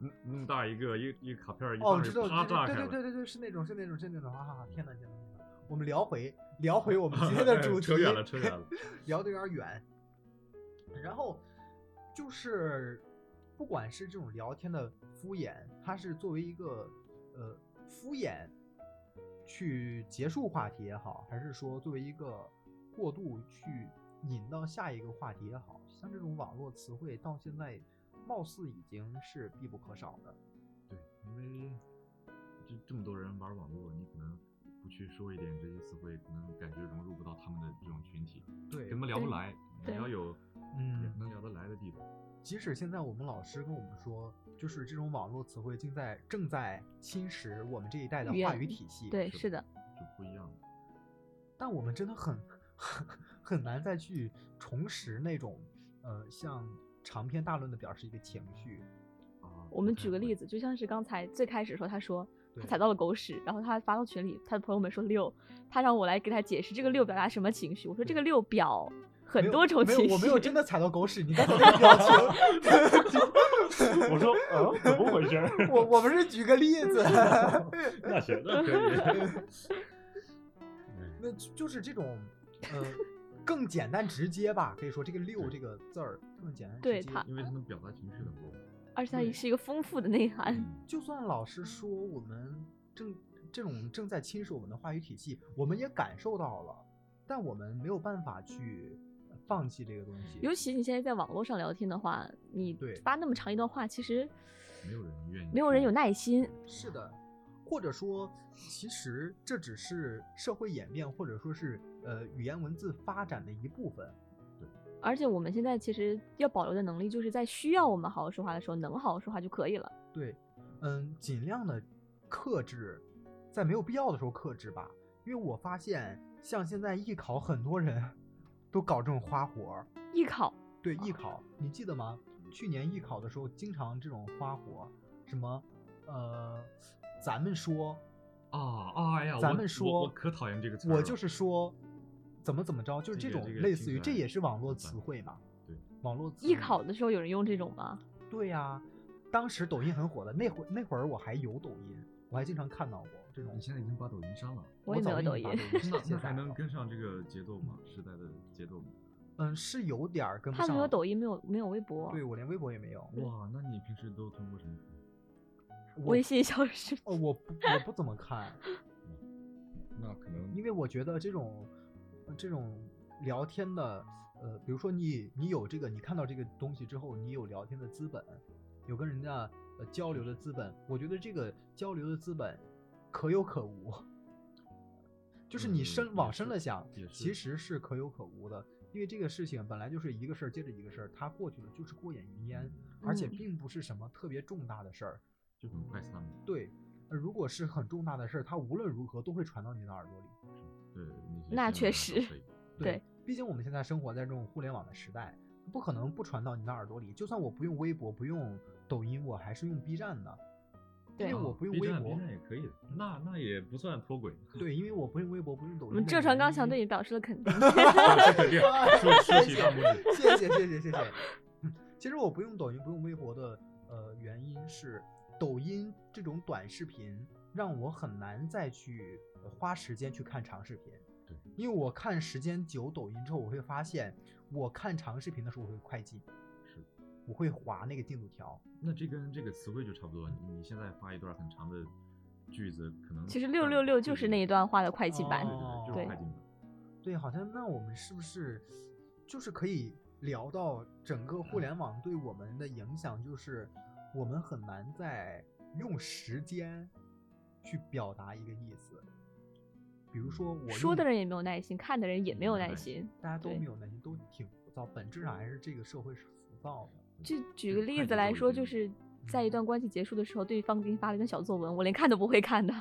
Speaker 1: 那那么大一个，一一个卡片儿一
Speaker 7: 哦，
Speaker 1: 放
Speaker 7: 知
Speaker 1: 就
Speaker 7: 道，
Speaker 1: 啪
Speaker 7: 知道
Speaker 1: 炸
Speaker 7: 对
Speaker 1: 开
Speaker 7: 对
Speaker 1: 了。
Speaker 7: 对对对，是那种，是那种，是那种，哈哈哈！天呐，天呐，天呐！我们聊回聊回我们今 天的 主题，
Speaker 1: 扯远了，扯远了。
Speaker 7: 聊得有点远。然后就是，不管是这种聊天的敷衍，它是作为一个呃敷衍去结束话题也好，还是说作为一个过渡去引到下一个话题也好，像这种网络词汇到现在貌似已经是必不可少的。
Speaker 1: 对，因为这这么多人玩网络，你可能不去说一点这些词汇，可能感觉融入不到他们的这种群体，
Speaker 7: 对
Speaker 1: 跟他们聊不
Speaker 6: 对
Speaker 1: 来。你
Speaker 6: 对
Speaker 1: 要有
Speaker 7: 嗯
Speaker 1: 能聊得来的地方，
Speaker 7: 即使现在我们老师跟我们说，就是这种网络词汇正在正在侵蚀我们这一代的
Speaker 6: 语言
Speaker 7: 话语体系，
Speaker 6: 对，是的，
Speaker 1: 就不一样了。
Speaker 7: 但我们真的很 很很难再去重拾那种呃像长篇大论的表示一个情绪。
Speaker 1: 啊，
Speaker 6: 我们举个例子，就像是刚才最开始的时候，他说他
Speaker 7: 嗯对
Speaker 6: 踩到了狗屎，然后他发到群里，他的朋友们说六，他让我来给他解释这个六表达什么情绪。我说这个六表
Speaker 7: 没
Speaker 6: 很
Speaker 7: 有
Speaker 6: 多种
Speaker 7: 没
Speaker 6: 情绪，
Speaker 7: 有，我没有真的踩到狗屎，你看我这个表情。
Speaker 1: 我说，嗯，怎么回事儿？
Speaker 7: 我我们是举个例子，
Speaker 1: 那行，那 可以。嗯
Speaker 7: 那就就是这种呃更简单直接吧，可以说这个六这个字儿更简单直
Speaker 6: 对
Speaker 7: 接
Speaker 6: 它
Speaker 1: 因为他们表达情绪很多。
Speaker 6: 而且它
Speaker 7: 对
Speaker 6: 也是一个丰富的内涵。
Speaker 1: 嗯
Speaker 7: 就算老师说我们正这种正在侵蚀我们的话语体系，我们也感受到了，但我们没有办法去放弃这个东西。
Speaker 6: 尤其你现在在网络上聊天的话，你
Speaker 7: 对
Speaker 6: 发那么长一段话，其实
Speaker 1: 没有人愿意，
Speaker 6: 没有人有耐心。
Speaker 7: 是的，或者说，其实这只是社会演变，或者说是呃语言文字发展的一部分。
Speaker 6: 而且我们现在其实要保留的能力，就是在需要我们好好说话的时候，能好好说话就可以了。
Speaker 7: 对，嗯，尽量的克制，在没有必要的时候克制吧，因为我发现像现在艺考很多人 都搞这种花活儿。
Speaker 6: 艺考
Speaker 1: 啊
Speaker 7: 对艺考，你记得吗？
Speaker 1: 嗯
Speaker 7: 去年艺考的时候，经常这种花火，什么，呃，咱们说，
Speaker 1: 啊啊！哎呀，
Speaker 7: 咱
Speaker 1: 我
Speaker 7: 们
Speaker 1: 我
Speaker 7: 说
Speaker 1: 我可讨厌这个词儿了，
Speaker 7: 我就是说，怎么怎么着，就是
Speaker 1: 这
Speaker 7: 这
Speaker 1: 个
Speaker 7: 种
Speaker 1: 这个
Speaker 7: 类
Speaker 1: 听
Speaker 7: 似
Speaker 1: 起
Speaker 7: 于，这
Speaker 1: 来
Speaker 7: 也是网络
Speaker 1: 很
Speaker 7: 词
Speaker 1: 烦
Speaker 7: 汇嘛。
Speaker 1: 对，
Speaker 7: 网络词
Speaker 6: 艺
Speaker 7: 汇
Speaker 6: 考的时候有人用这种吗？
Speaker 7: 对呀、当时抖音很火的，那会那会儿我还有抖音，我还经常看到过这种
Speaker 1: 你。现在已经把抖 音删了，
Speaker 6: 也没
Speaker 7: 早
Speaker 6: 有
Speaker 7: 就
Speaker 6: 抖
Speaker 7: 已
Speaker 6: 音
Speaker 7: 经把， 删
Speaker 1: 那那
Speaker 7: 下
Speaker 1: 还
Speaker 7: 载
Speaker 1: 能
Speaker 7: 了
Speaker 1: 跟上这个节奏吗？时代的节奏吗？
Speaker 7: 嗯，是有点儿跟不
Speaker 6: 他
Speaker 7: 上。
Speaker 6: 没有抖音，没有没有微博，
Speaker 7: 对我连微博也没有，
Speaker 1: 哇，那你平时都通过什么看？
Speaker 7: 我
Speaker 6: 微信消失。
Speaker 7: 哦，我不我不怎么看，
Speaker 1: 那可能
Speaker 7: 因为我觉得这种呃这种聊天的，呃，比如说你你有这个，你看到这个东西之后，你有聊天的资本，有跟人家呃交流的资本，我觉得这个交流的资本可有可无。就是你
Speaker 1: 嗯
Speaker 7: 深、
Speaker 1: 也
Speaker 7: 往深了
Speaker 1: 是
Speaker 7: 想
Speaker 1: 也，
Speaker 7: 其实
Speaker 1: 是
Speaker 7: 是可有可无的，因为这个事情本来就是一个事儿接着一个事儿，它过去了就是过眼云烟，而且
Speaker 6: 嗯
Speaker 7: 并不是什么特别重大的事儿。
Speaker 1: 就很快散了。
Speaker 7: 对，呃如果是很重大的事儿，它无论如何都会传到你的耳朵里。
Speaker 1: 对，些
Speaker 6: 那
Speaker 1: 新闻
Speaker 6: 确
Speaker 1: 都
Speaker 6: 实
Speaker 1: 可以
Speaker 6: 对
Speaker 7: 毕竟我们现在生活在这种互联网的时代，不可能不传到你的耳朵里。就算我不用微博，不用抖音，我还是用 B 站的。因
Speaker 6: 对
Speaker 7: 为我
Speaker 1: 啊
Speaker 7: 不用
Speaker 1: B
Speaker 7: 微
Speaker 1: 站
Speaker 7: 博
Speaker 1: ，B，站也可以的，那那也不算脱轨。
Speaker 7: 对，因为我不用微博，不用抖
Speaker 6: 我
Speaker 7: 音。
Speaker 6: 们浙传刚想对你表示了肯定。
Speaker 1: 肯定竖竖起 大拇指。
Speaker 7: 谢谢谢谢谢谢。嗯其实我不用抖音，不用微博的呃原因是，抖音这种短视频让我很难再去呃花时间去看长视频。
Speaker 1: 对，
Speaker 7: 因为我看时间久抖音之后，我会发现我看长视频的时候我会快进，
Speaker 1: 是，
Speaker 7: 我会划那个进度条。
Speaker 1: 那这跟这个词汇就差不多。你你现在发一段很长的句子，可能
Speaker 6: 其实六六六就是那一段话的快进版。
Speaker 7: 哦
Speaker 1: 对对对，就是快进版。
Speaker 7: 对，好像那我们是不是就是可以聊到整个互联网对我们的影响？就是我们很难再用时间去表达一个意思。比如说我
Speaker 6: 说的
Speaker 7: 用
Speaker 6: 人也没有耐心，看的人也没有
Speaker 7: 嗯
Speaker 6: 耐心。
Speaker 7: 大家都
Speaker 6: 对
Speaker 7: 没有耐心，都挺浮躁，本质上还是这个社会是浮躁的。
Speaker 6: 就举个
Speaker 1: 嗯
Speaker 6: 例
Speaker 1: 快
Speaker 6: 子
Speaker 1: 节
Speaker 6: 来
Speaker 1: 奏一
Speaker 6: 说，
Speaker 1: 点
Speaker 6: 就是在一段关系结束的时候，对方给你发了一段小作文，我连看都不会 看的，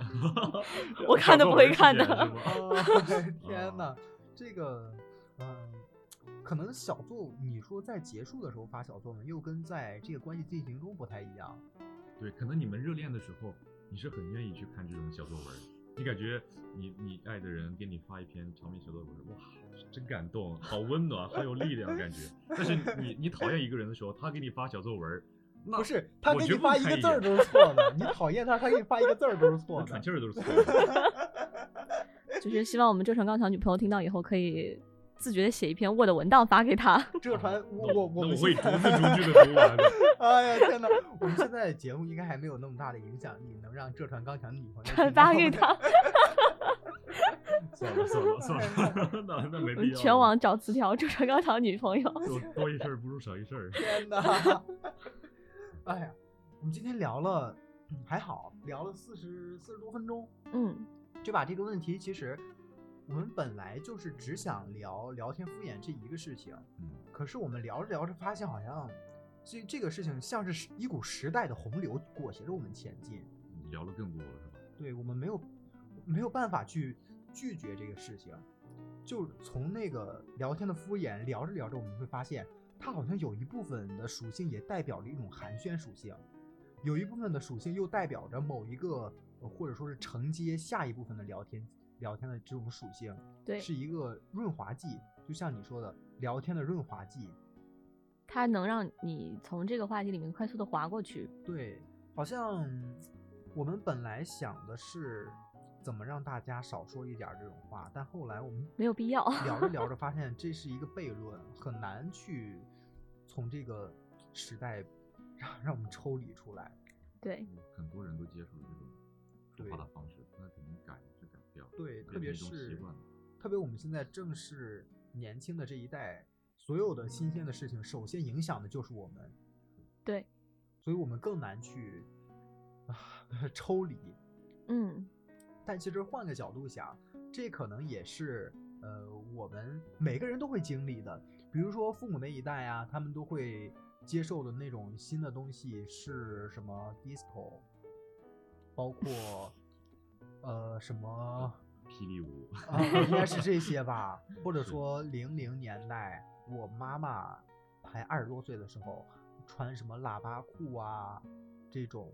Speaker 6: 我看都不会看的
Speaker 1: 哦
Speaker 7: 哦
Speaker 1: 啊
Speaker 7: 天哪，这个嗯。可能小作，你说在结束的时候发小作文，又跟在这个关系进行中不太一样。
Speaker 1: 对，可能你们热恋的时候，你是很愿意去看这种小作文儿，你感觉你你爱的人给你发一篇长篇小作文儿，哇，真感动，好温暖，好有力量 感觉。但是你你讨厌一个人的时候，他给你发小作文儿，那
Speaker 7: 不是，他
Speaker 1: 我
Speaker 7: 给
Speaker 1: 绝
Speaker 7: 你
Speaker 1: 不
Speaker 7: 发一
Speaker 1: 看
Speaker 7: 个
Speaker 1: 一
Speaker 7: 字儿
Speaker 1: 眼
Speaker 7: 都是错的，你讨厌他，他给你发一个字儿都是错
Speaker 1: 我
Speaker 7: 的
Speaker 1: 喘。气儿都是 错的。
Speaker 6: 就是希望我们浙传高强女朋友听到以后，可以自觉的写一篇 Word 文档发给 她。
Speaker 7: 浙传，我
Speaker 1: 那
Speaker 7: 我
Speaker 1: 那
Speaker 7: 们
Speaker 1: 我会
Speaker 7: 现
Speaker 1: 逐
Speaker 7: 在
Speaker 1: 字逐 句的读完的。
Speaker 7: 哎呀天哪，我们现在的节目应该还没有那么大的影响力，能让浙传刚强的女朋友
Speaker 6: 转 发给
Speaker 7: 他
Speaker 6: 她。
Speaker 1: 算 了算了算了， 那那没
Speaker 6: 我们
Speaker 1: 必要
Speaker 6: 嗯
Speaker 1: 了。
Speaker 6: 全网找词条，浙传高强女朋友。
Speaker 1: 多多一事儿不如少一 事儿。
Speaker 7: 天哪！哎呀，我们今天聊了，嗯还好聊了四十四十多分钟，
Speaker 6: 嗯，
Speaker 7: 就把这个问题，其实我们本来就是只想聊聊天敷衍这一个事情，
Speaker 1: 嗯，
Speaker 7: 可是我们聊着聊着发现，好像这这个事情像是一股时代的洪流裹挟着我们前进，
Speaker 1: 你嗯聊的更多了是吧？
Speaker 7: 对我们没有没有办法去拒绝这个事情。就从那个聊天的敷衍聊着聊着，我们会发现，它好像有一部分的属性也代表了一种寒暄属性，有一部分的属性又代表着某一个，呃或者说是承接下一部分的聊天聊天的这种属性。
Speaker 6: 对，
Speaker 7: 是一个润滑剂，就像你说的，聊天的润滑剂。
Speaker 6: 它能让你从这个话题里面快速的划过去。
Speaker 7: 对，好像我们本来想的是怎么让大家少说一点儿这种话，但后来我们
Speaker 6: 没有必要
Speaker 7: 聊 着聊着发现这是一个悖论，很难去从这个时代让让我们抽离出来。
Speaker 6: 对，
Speaker 1: 很多人都接受了这种说
Speaker 7: 对
Speaker 1: 话的方式，那肯定改是改不了。
Speaker 7: 对，
Speaker 1: 变
Speaker 7: 特别
Speaker 1: 成一种习
Speaker 7: 是
Speaker 1: 惯了
Speaker 7: 特别我们现在正是年轻的这一代，所有的新鲜的事情，首先影响的就是我们。
Speaker 6: 对，
Speaker 7: 所以我们更难去啊 抽离。
Speaker 6: 嗯，
Speaker 7: 但其实换个角度想，这可能也是呃我们每个人都会经历的。比如说父母那一代啊，他们都会接受的那种新的东西是什么 disco，包括呃什么
Speaker 1: 霹雳舞，
Speaker 7: 啊，应该 是这些吧，或者
Speaker 1: 是
Speaker 7: 说零零年代，我妈妈还二十多岁的时候，穿什么喇叭裤啊这种，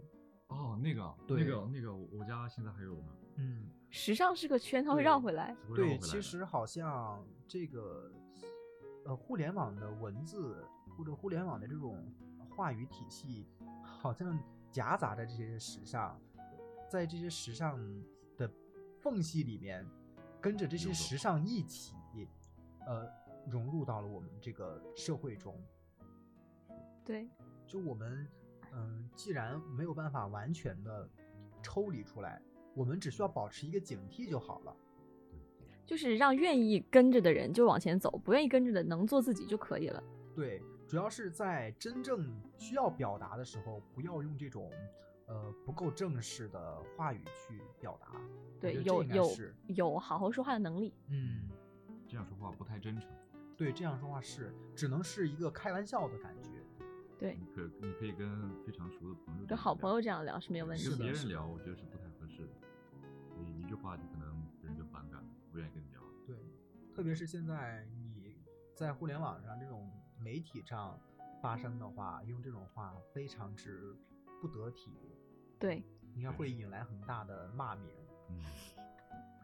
Speaker 1: 哦，那个，
Speaker 7: 对
Speaker 1: 那个，那个，我我家现在还有呢。
Speaker 7: 嗯，
Speaker 6: 时尚是个圈，它会
Speaker 7: 对
Speaker 6: 绕回来。
Speaker 1: 是会绕
Speaker 7: 对，
Speaker 1: 回来
Speaker 7: 其
Speaker 1: 的
Speaker 7: 实好像这个呃互联网的文字或者互联网的这种话语体系，好像夹杂着这些时尚，在这些时尚的缝隙里面，跟着这
Speaker 1: 游
Speaker 7: 些
Speaker 1: 走
Speaker 7: 时尚一起，呃，融入到了我们这个社会中。
Speaker 6: 对，
Speaker 7: 就我们，嗯，既然没有办法完全的抽离出来，我们只需要保持一个警惕就好了。
Speaker 6: 就是让愿意跟着的人就往前走，不愿意跟着的能做自己就可以了。
Speaker 7: 对，主要是在真正需要表达的时候，不要用这种呃不够正式的话语去表达。我
Speaker 6: 对
Speaker 7: 觉得，这
Speaker 6: 有
Speaker 7: 应该
Speaker 6: 有
Speaker 7: 是
Speaker 6: 有好好说话的能力。
Speaker 7: 嗯，
Speaker 1: 这样说话不太真诚。
Speaker 7: 对，这样说话是只能是一个开玩笑的感觉。
Speaker 6: 对，
Speaker 1: 你可你可以跟非常熟的朋友这样聊，
Speaker 6: 跟好朋友这样聊是没有问
Speaker 1: 你
Speaker 6: 题
Speaker 1: 跟别
Speaker 6: 的。
Speaker 1: 人聊，我觉得是不太合适的。所以一句话就可能别人就反感了，不愿意跟你聊。
Speaker 7: 对，特别是现在你在互联网上这种媒体上发声的话，用这种话非常之不得体，
Speaker 6: 对，
Speaker 7: 应该会引来很大的骂名。
Speaker 1: 嗯，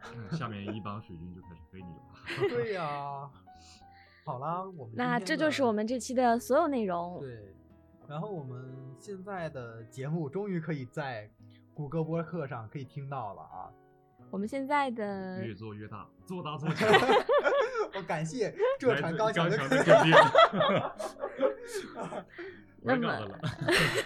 Speaker 1: 那嗯下面一帮水军就开始黑你了。
Speaker 7: 对呀、 好啦，我们
Speaker 6: 那
Speaker 7: 今
Speaker 6: 这
Speaker 7: 天
Speaker 6: 就是
Speaker 7: 的
Speaker 6: 我们这期的所有内容。
Speaker 7: 对，然后我们现在的节目终于可以在谷歌播客上可以听到了啊！
Speaker 6: 我们现在的
Speaker 1: 越做越大，做 大做强。
Speaker 7: 我感谢浙
Speaker 1: 来
Speaker 7: 传
Speaker 1: 自
Speaker 7: 高
Speaker 1: 刚
Speaker 7: 强的
Speaker 1: 强
Speaker 7: 肯
Speaker 1: 的
Speaker 7: 定。
Speaker 1: 肯定。
Speaker 6: 那
Speaker 1: 歪杠
Speaker 6: 么
Speaker 1: 的了，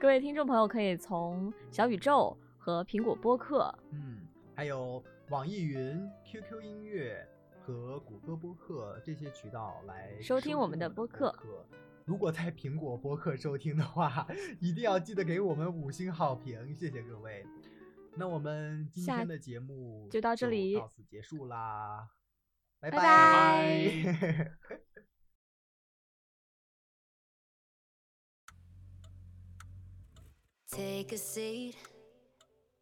Speaker 6: 各位听众朋友可以从小宇宙和苹果播客，
Speaker 7: 嗯，还有网易云、QQ 音乐和谷歌播客这些渠道来
Speaker 6: 收听我们的播客
Speaker 7: 如果在苹果播客收听的话， 一定要记得给我们五星好评，谢谢各位。那我们今
Speaker 6: 下
Speaker 7: 天的节目
Speaker 6: 就到这里
Speaker 7: 到此结束啦，拜
Speaker 6: 拜
Speaker 7: 拜。
Speaker 5: Take a seat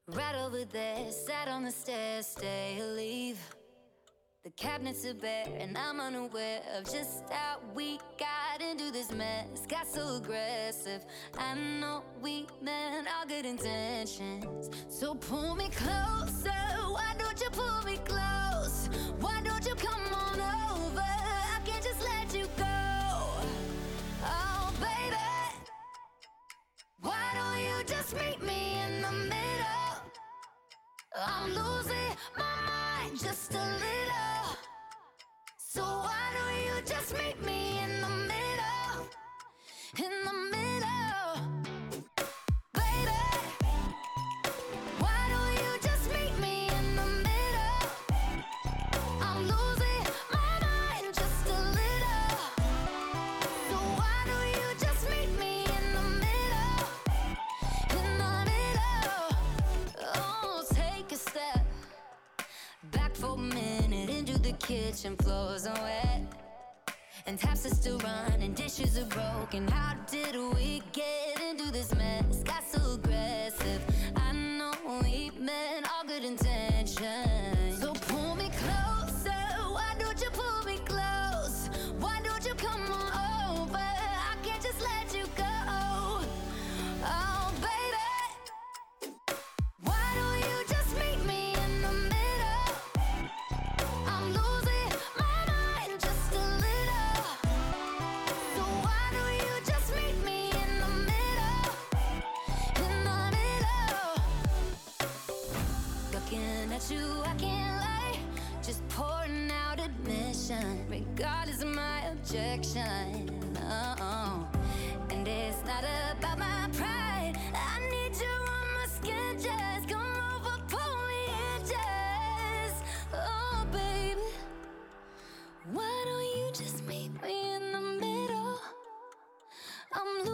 Speaker 5: right over there. Sat on the stairs, stay or leave. The cabinets are bare, and I'm unaware of just how we got into this mess. Got so aggressive. I know we meant all good intentions. So pull me closer. Why don't you pull me close? Why don't you come on over? I can't just let you go. Oh, baby. Why don't you just meet me in the middle? I'm losing my mind just a little. So why don't you just meet me in the middle? In the middle. Baby. Why don't you just meet me in the middle? I'm losing my mind just a little. So why don't you just meet me in the middle? In the middle. Oh, take a step back for a minute into the kitchen floors are wet. And taps are still running, dishes are broken. How did we get into this mess? Got so aggressive. I know we meant all good intentions. So pull me closer. Why don't you pull me close? Why don't you come on over? I can't just let you go. Oh, baby. Why don't you just meet me in the middle? I'm losing my mind just a little. So why don't you just meet me in the middle? In the middle. Looking at you, I can't lie. Just pouring out admission, regardless of my objection. Oh, and it's not about my pride. I need you on my skin, just come over, pull me in, just oh, baby. Why don't you just meet me in the middle? I'm losing. Oh, Oh,